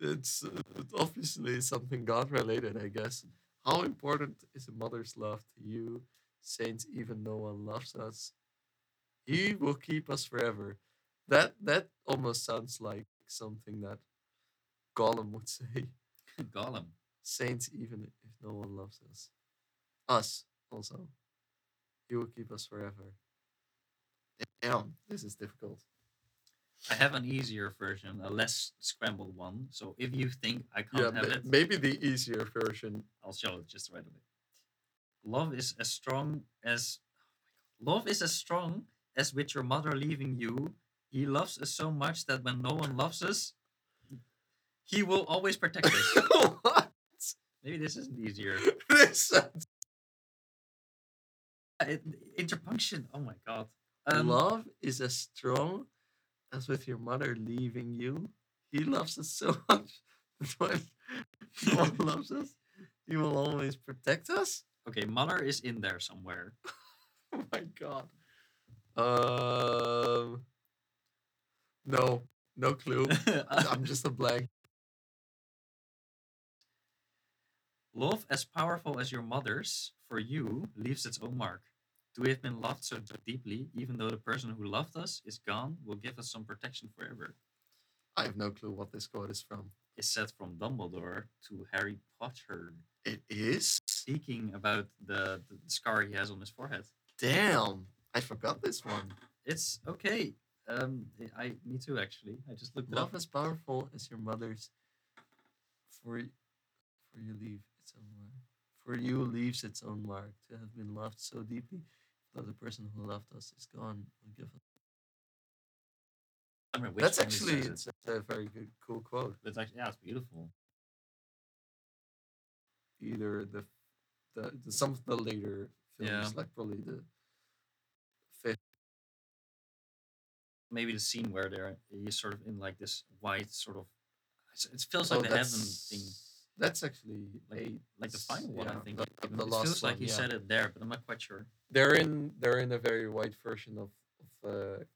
A: It's uh, obviously something God related, I guess. How important is a mother's love to you, saints? Even no one loves us, He will keep us forever. That that almost sounds like something that Gollum would say.
B: Gollum.
A: Saints, even if no one loves us. Us, also. You will keep us forever. Damn, this is difficult.
B: I have an easier version, a less scrambled one. So if you think I can't
A: yeah,
B: have
A: ma-
B: it,
A: Uh, maybe the easier version.
B: I'll show it just right away. Love is as strong as oh love is as strong as with your mother leaving you. He loves us so much that when no one loves us, he will always protect us.
A: what?
B: Maybe this isn't easier.
A: This sounds-
B: Uh, it- interpunction. Oh my god. Um,
A: love is as strong as with your mother leaving you. He loves us so much. that when no one loves us. He will always protect us.
B: Okay, mother is in there somewhere.
A: Oh my god. Um. No, no clue.
B: Uh,
A: I'm just a blank.
B: love as powerful as your mother's for you leaves its own mark. Do we have been loved so deeply, even though the person who loved us is gone, will give us some protection forever?
A: I have no clue what this quote is from.
B: is set from Dumbledore to Harry Potter,
A: It is.
B: speaking about the, the scar he has on his forehead.
A: Damn, I forgot this one.
B: It's okay. Um, I I- me too actually. I just looked it
A: Love
B: up.
A: as powerful as your mother's. For y- for you leave its own mark. For you leaves its own mark. To have been loved so deeply, though the person who loved us is gone, will give us.
B: I remember which
A: That's
B: one he
A: actually
B: says
A: it's
B: it.
A: a very good, cool quote.
B: That's actually yeah, it's beautiful.
A: either the, the, the some of the later films,
B: Yeah.
A: like probably the fifth.
B: Maybe the scene where they're he's sort of in like this white sort of. it's- It feels
A: oh,
B: like the heaven thing,
A: that's- That's actually
B: like
A: eight.
B: like the final one. I
A: yeah,
B: think
A: the-
B: even.
A: the
B: it
A: last
B: feels like
A: one,
B: he
A: yeah.
B: said it there, but I'm not quite sure.
A: They're in they're in a very wide version of of uh,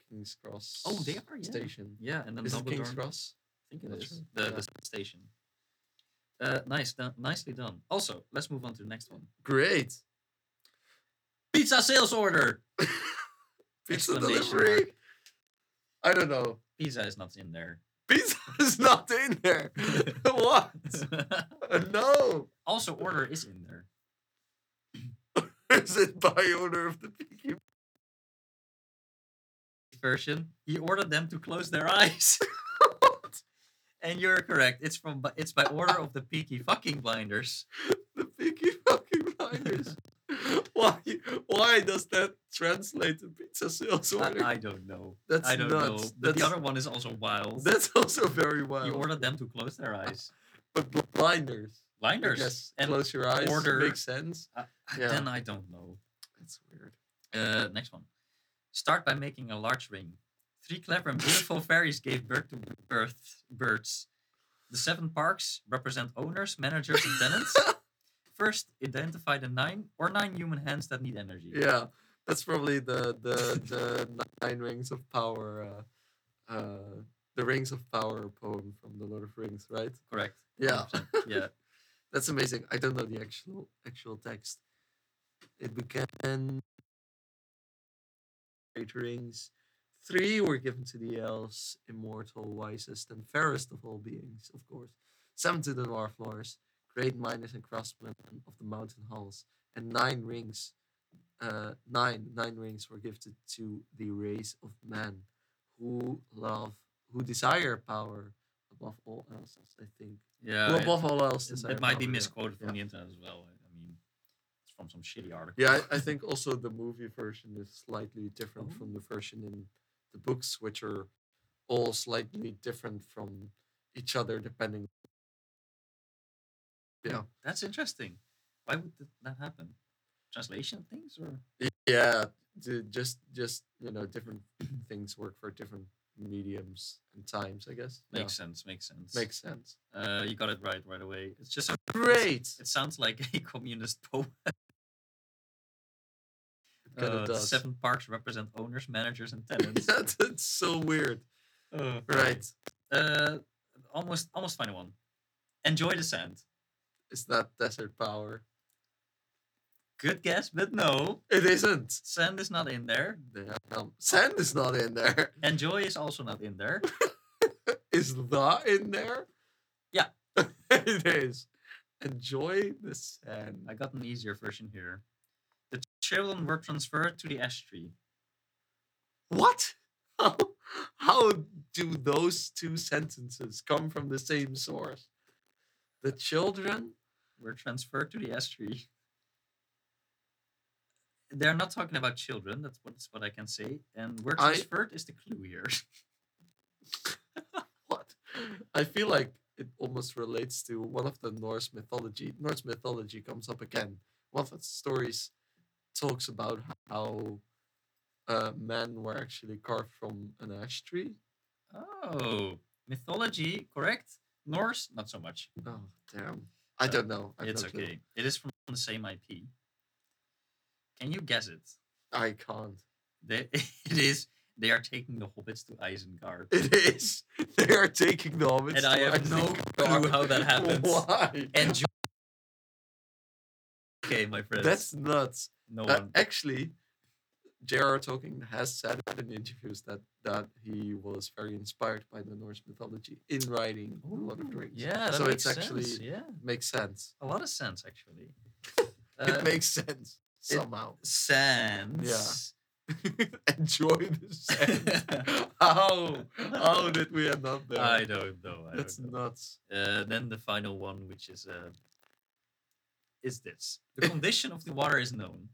A: King's Cross.
B: Oh, they are, yeah.
A: station.
B: Yeah, and then
A: Is it
B: Dumbledore.
A: King's Cross?
B: I think it
A: Not
B: is
A: sure.
B: the,
A: Yeah.
B: the station. Uh, nice, done, nicely done. Also, let's move on to the next one.
A: Great.
B: pizza sales order.
A: Pizza
B: Exclamation
A: delivery.
B: mark.
A: I don't know.
B: Pizza is not in there.
A: Pizza is not in there. what? No.
B: also, order is in there.
A: Is it by order of the Peaky
B: Version. He ordered them to close their eyes. and you're correct. It's from. bu- It's by order of the Peaky fucking blinders.
A: the Peaky fucking Blinders? why? Why does that translate to pizza sales
B: I,
A: order?
B: I don't know.
A: That's
B: I don't
A: nuts.
B: know. But the
A: That's-
B: other one is also wild.
A: That's also very
B: You
A: wild.
B: ordered them to close their eyes.
A: but bl- blinders.
B: Blinders.
A: Yes.
B: and
A: Close your eyes.
B: order-
A: Makes sense.
B: I- I-
A: Yeah.
B: then I don't know.
A: That's weird.
B: Uh, next one. Start by making a large ring. Three clever and beautiful fairies gave birth to birth birds. The seven parks represent owners, managers, and tenants. First, identify the nine or nine human hands that need energy.
A: Yeah, that's probably the the the Nine Rings of Power, uh, uh, the Rings of Power poem from the Lord of Rings, right?
B: Correct.
A: Yeah,
B: 100%. Yeah.
A: that's amazing. I don't know the actual actual text. It began. Eight rings, three were given to the elves, immortal, wisest, and fairest of all beings, of course. Seven to the Dwarflores, great miners and craftsmen of the mountain halls, and nine rings uh, nine nine rings were gifted to the race of men who love who desire power above all else i think
B: Uh, Yeah.
A: well,
B: it-
A: above all else
B: it,
A: desire
B: it might be
A: power, yeah.
B: misquoted from
A: Yeah.
B: the internet as well. I mean, it's from some shitty article.
A: yeah I, I think also the movie version is slightly different from the version in the books which are all slightly different from each other depending yeah
B: That's interesting. Why would th- that happen? Translation things or
A: yeah the- just just you know different things work for different mediums and times i guess Yeah,
B: makes sense. Makes sense.
A: makes sense
B: Uh, you got it right right away. It's just a
A: Great.
B: It sounds like a communist poem.
A: kinda
B: Uh, the
A: does.
B: seven parks represent owners, managers, and tenants.
A: That- that's so weird.
B: Uh,
A: Right.
B: Uh, almost, almost final one. Enjoy the sand.
A: It's not desert power.
B: Good guess, but no,
A: It isn't.
B: sand is not in there.
A: Damn. Sand is not in there.
B: Enjoy is also not in there.
A: Is that in there?
B: Yeah.
A: it is. Enjoy the sand.
B: I got an easier version here. The children were transferred to the ash tree.
A: What? How, how do those two sentences come from the same source? The children?
B: Were transferred to the ash tree. They're not talking about children. That's what, that's what I can say. And were
A: I-
B: transferred is the clue here.
A: What? I feel like it almost relates to one of the Norse mythology. Norse mythology comes up again. One of its stories talks about how uh, men were actually carved from an ash tree.
B: Oh, mythology, correct? Norse, not so much.
A: Oh, damn. I
B: Uh,
A: don't know. I have
B: it's
A: no clue.
B: okay. It is from the same IP. Can you guess it?
A: I can't.
B: They, it is. They are taking the hobbits to Isengard.
A: It is. They are taking the hobbits.
B: And I
A: to
B: have no
A: Isengard.
B: clue how that happens.
A: Why?
B: Enjoy. Okay, my friends.
A: That's nuts.
B: no
A: Uh,
B: one.
A: actually, J.R.R. Tolkien has said in interviews that that he was very inspired by the Norse mythology in writing The Lord of the
B: Ooh,
A: Rings.
B: Yeah, that
A: so
B: makes
A: it's
B: sense.
A: actually
B: yeah,
A: makes sense.
B: a lot of sense actually. Uh,
A: it makes sense somehow.
B: sense.
A: Enjoy the sense. how how did we end up there?
B: I don't know. I
A: That's
B: don't know.
A: nuts.
B: Uh, then the final one, which is uh, is this: the condition of the water is known.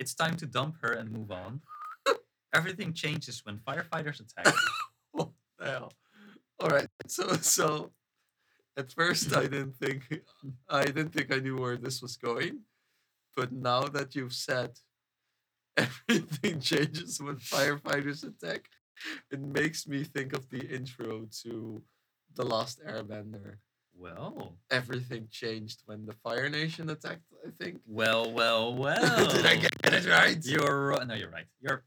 B: It's time to dump her and move on. Everything changes when firefighters attack.
A: What the hell? All right. So so at first I didn't think I didn't think I knew where this was going, but now that you've said everything changes when firefighters attack, it makes me think of the intro to The Last Airbender.
B: well,
A: Everything changed when the Fire Nation attacked, I think.
B: well, well, well.
A: Did I get it right?
B: You're ro- no, you're right. You're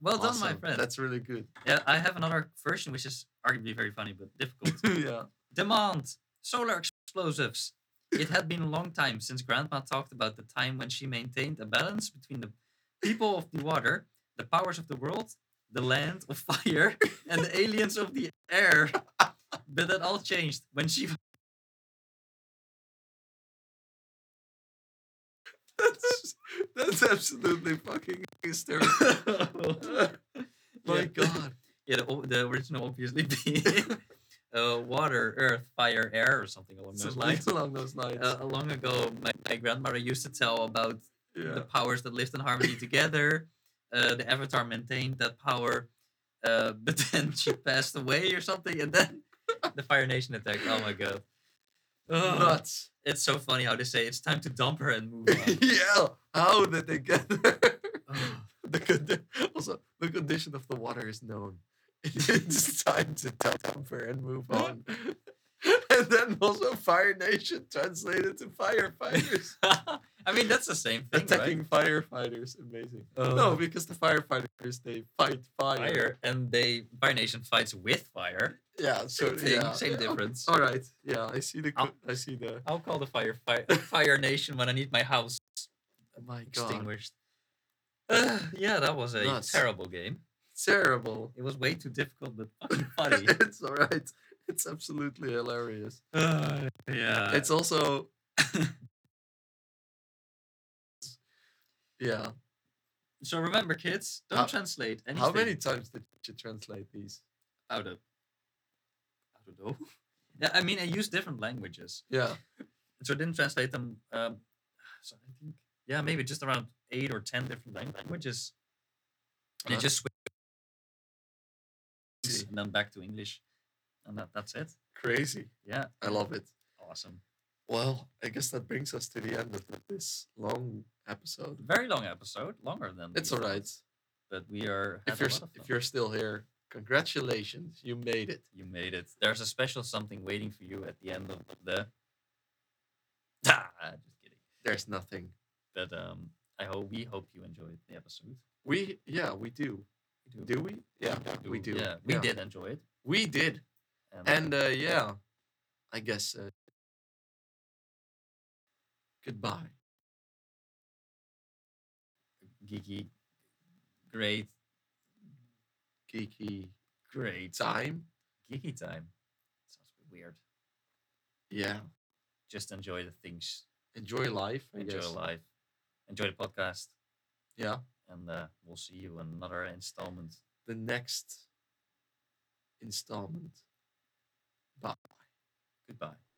B: well done, my
A: Awesome,
B: friend.
A: That's really good.
B: Yeah, I have another version which is arguably very funny but difficult.
A: yeah.
B: Demand solar explosives. It had been a long time since Grandma talked about the time when she maintained a balance between the people of the water, the powers of the world, the land of fire, and the aliens of the air. But that all changed when she.
A: That's that's absolutely fucking hysterical. My
B: Yeah.
A: God.
B: Yeah, the, o- the original obviously being uh, water, earth, fire, air, or something along those
A: Something
B: lines.
A: along those lines.
B: Uh, long ago, my, my grandmother used to tell about the
A: yeah.
B: powers that lived in harmony together. Uh, the avatar maintained that power, uh, but then she passed away or something, and then the Fire Nation attacked. Oh my god. Ugh,
A: Nuts.
B: it's so funny how they say it's time to dump her and move on.
A: yeah. How did they get there?
B: Ugh.
A: The condi- also, the condition of the water is known. It's time to dump her and move on. and then also Fire Nation translated to firefighters.
B: I mean, that's the same thing,
A: Attacking firefighters. Amazing.
B: right?
A: no, because the firefighters, they fight fire.
B: fire, and they Fire Nation fights with fire.
A: Yeah, so
B: Same thing,
A: yeah. Oh,
B: same difference. Ah.
A: All right. Yeah, I see the. co-
B: I'll-
A: I see the.
B: I'll call the fire fire, fire Nation when I need my house
A: oh My God,
B: extinguished. Ugh, yeah, that was a
A: Nuts.
B: terrible game.
A: terrible.
B: It was way too difficult, but fucking funny.
A: it's all right. It's absolutely hilarious.
B: Uh, yeah.
A: it's also. yeah.
B: so remember, kids, don't
A: How-
B: translate anything.
A: How many times did you translate these?
B: Out of. I don't know. Yeah, I mean, I use different languages,
A: Yeah.
B: so I didn't translate them. Um, so I think, yeah, maybe just around eight or ten different lang- languages. And I
A: Uh,
B: just switch
A: see.
B: and then back to English, and that, that's it.
A: Crazy.
B: Yeah,
A: I love it.
B: awesome.
A: Well, I guess that brings us to the end of this long episode.
B: Very long episode, longer than.
A: It's
B: we
A: all
B: thought,
A: right.
B: But we are.
A: If
B: had a
A: you're
B: lot
A: s-
B: of fun.
A: if you're still here, congratulations, you made it.
B: You made it. There's a special something waiting for you at the end of the. Ah, just kidding.
A: There's nothing.
B: But um, I hope we hope you enjoyed the episode.
A: We yeah we do. Do we? Yeah, we do.
B: Yeah, we
A: Yeah.
B: did enjoy it.
A: We did. And uh, yeah, I guess uh, goodbye.
B: geeky, great,
A: Geeky
B: great
A: time.
B: geeky time. Sounds a bit weird.
A: Yeah.
B: Just enjoy the things.
A: Enjoy life. I
B: Enjoy
A: guess.
B: life. Enjoy the podcast,
A: Yeah.
B: and uh, we'll see you in another installment.
A: The next installment. Bye.
B: Goodbye.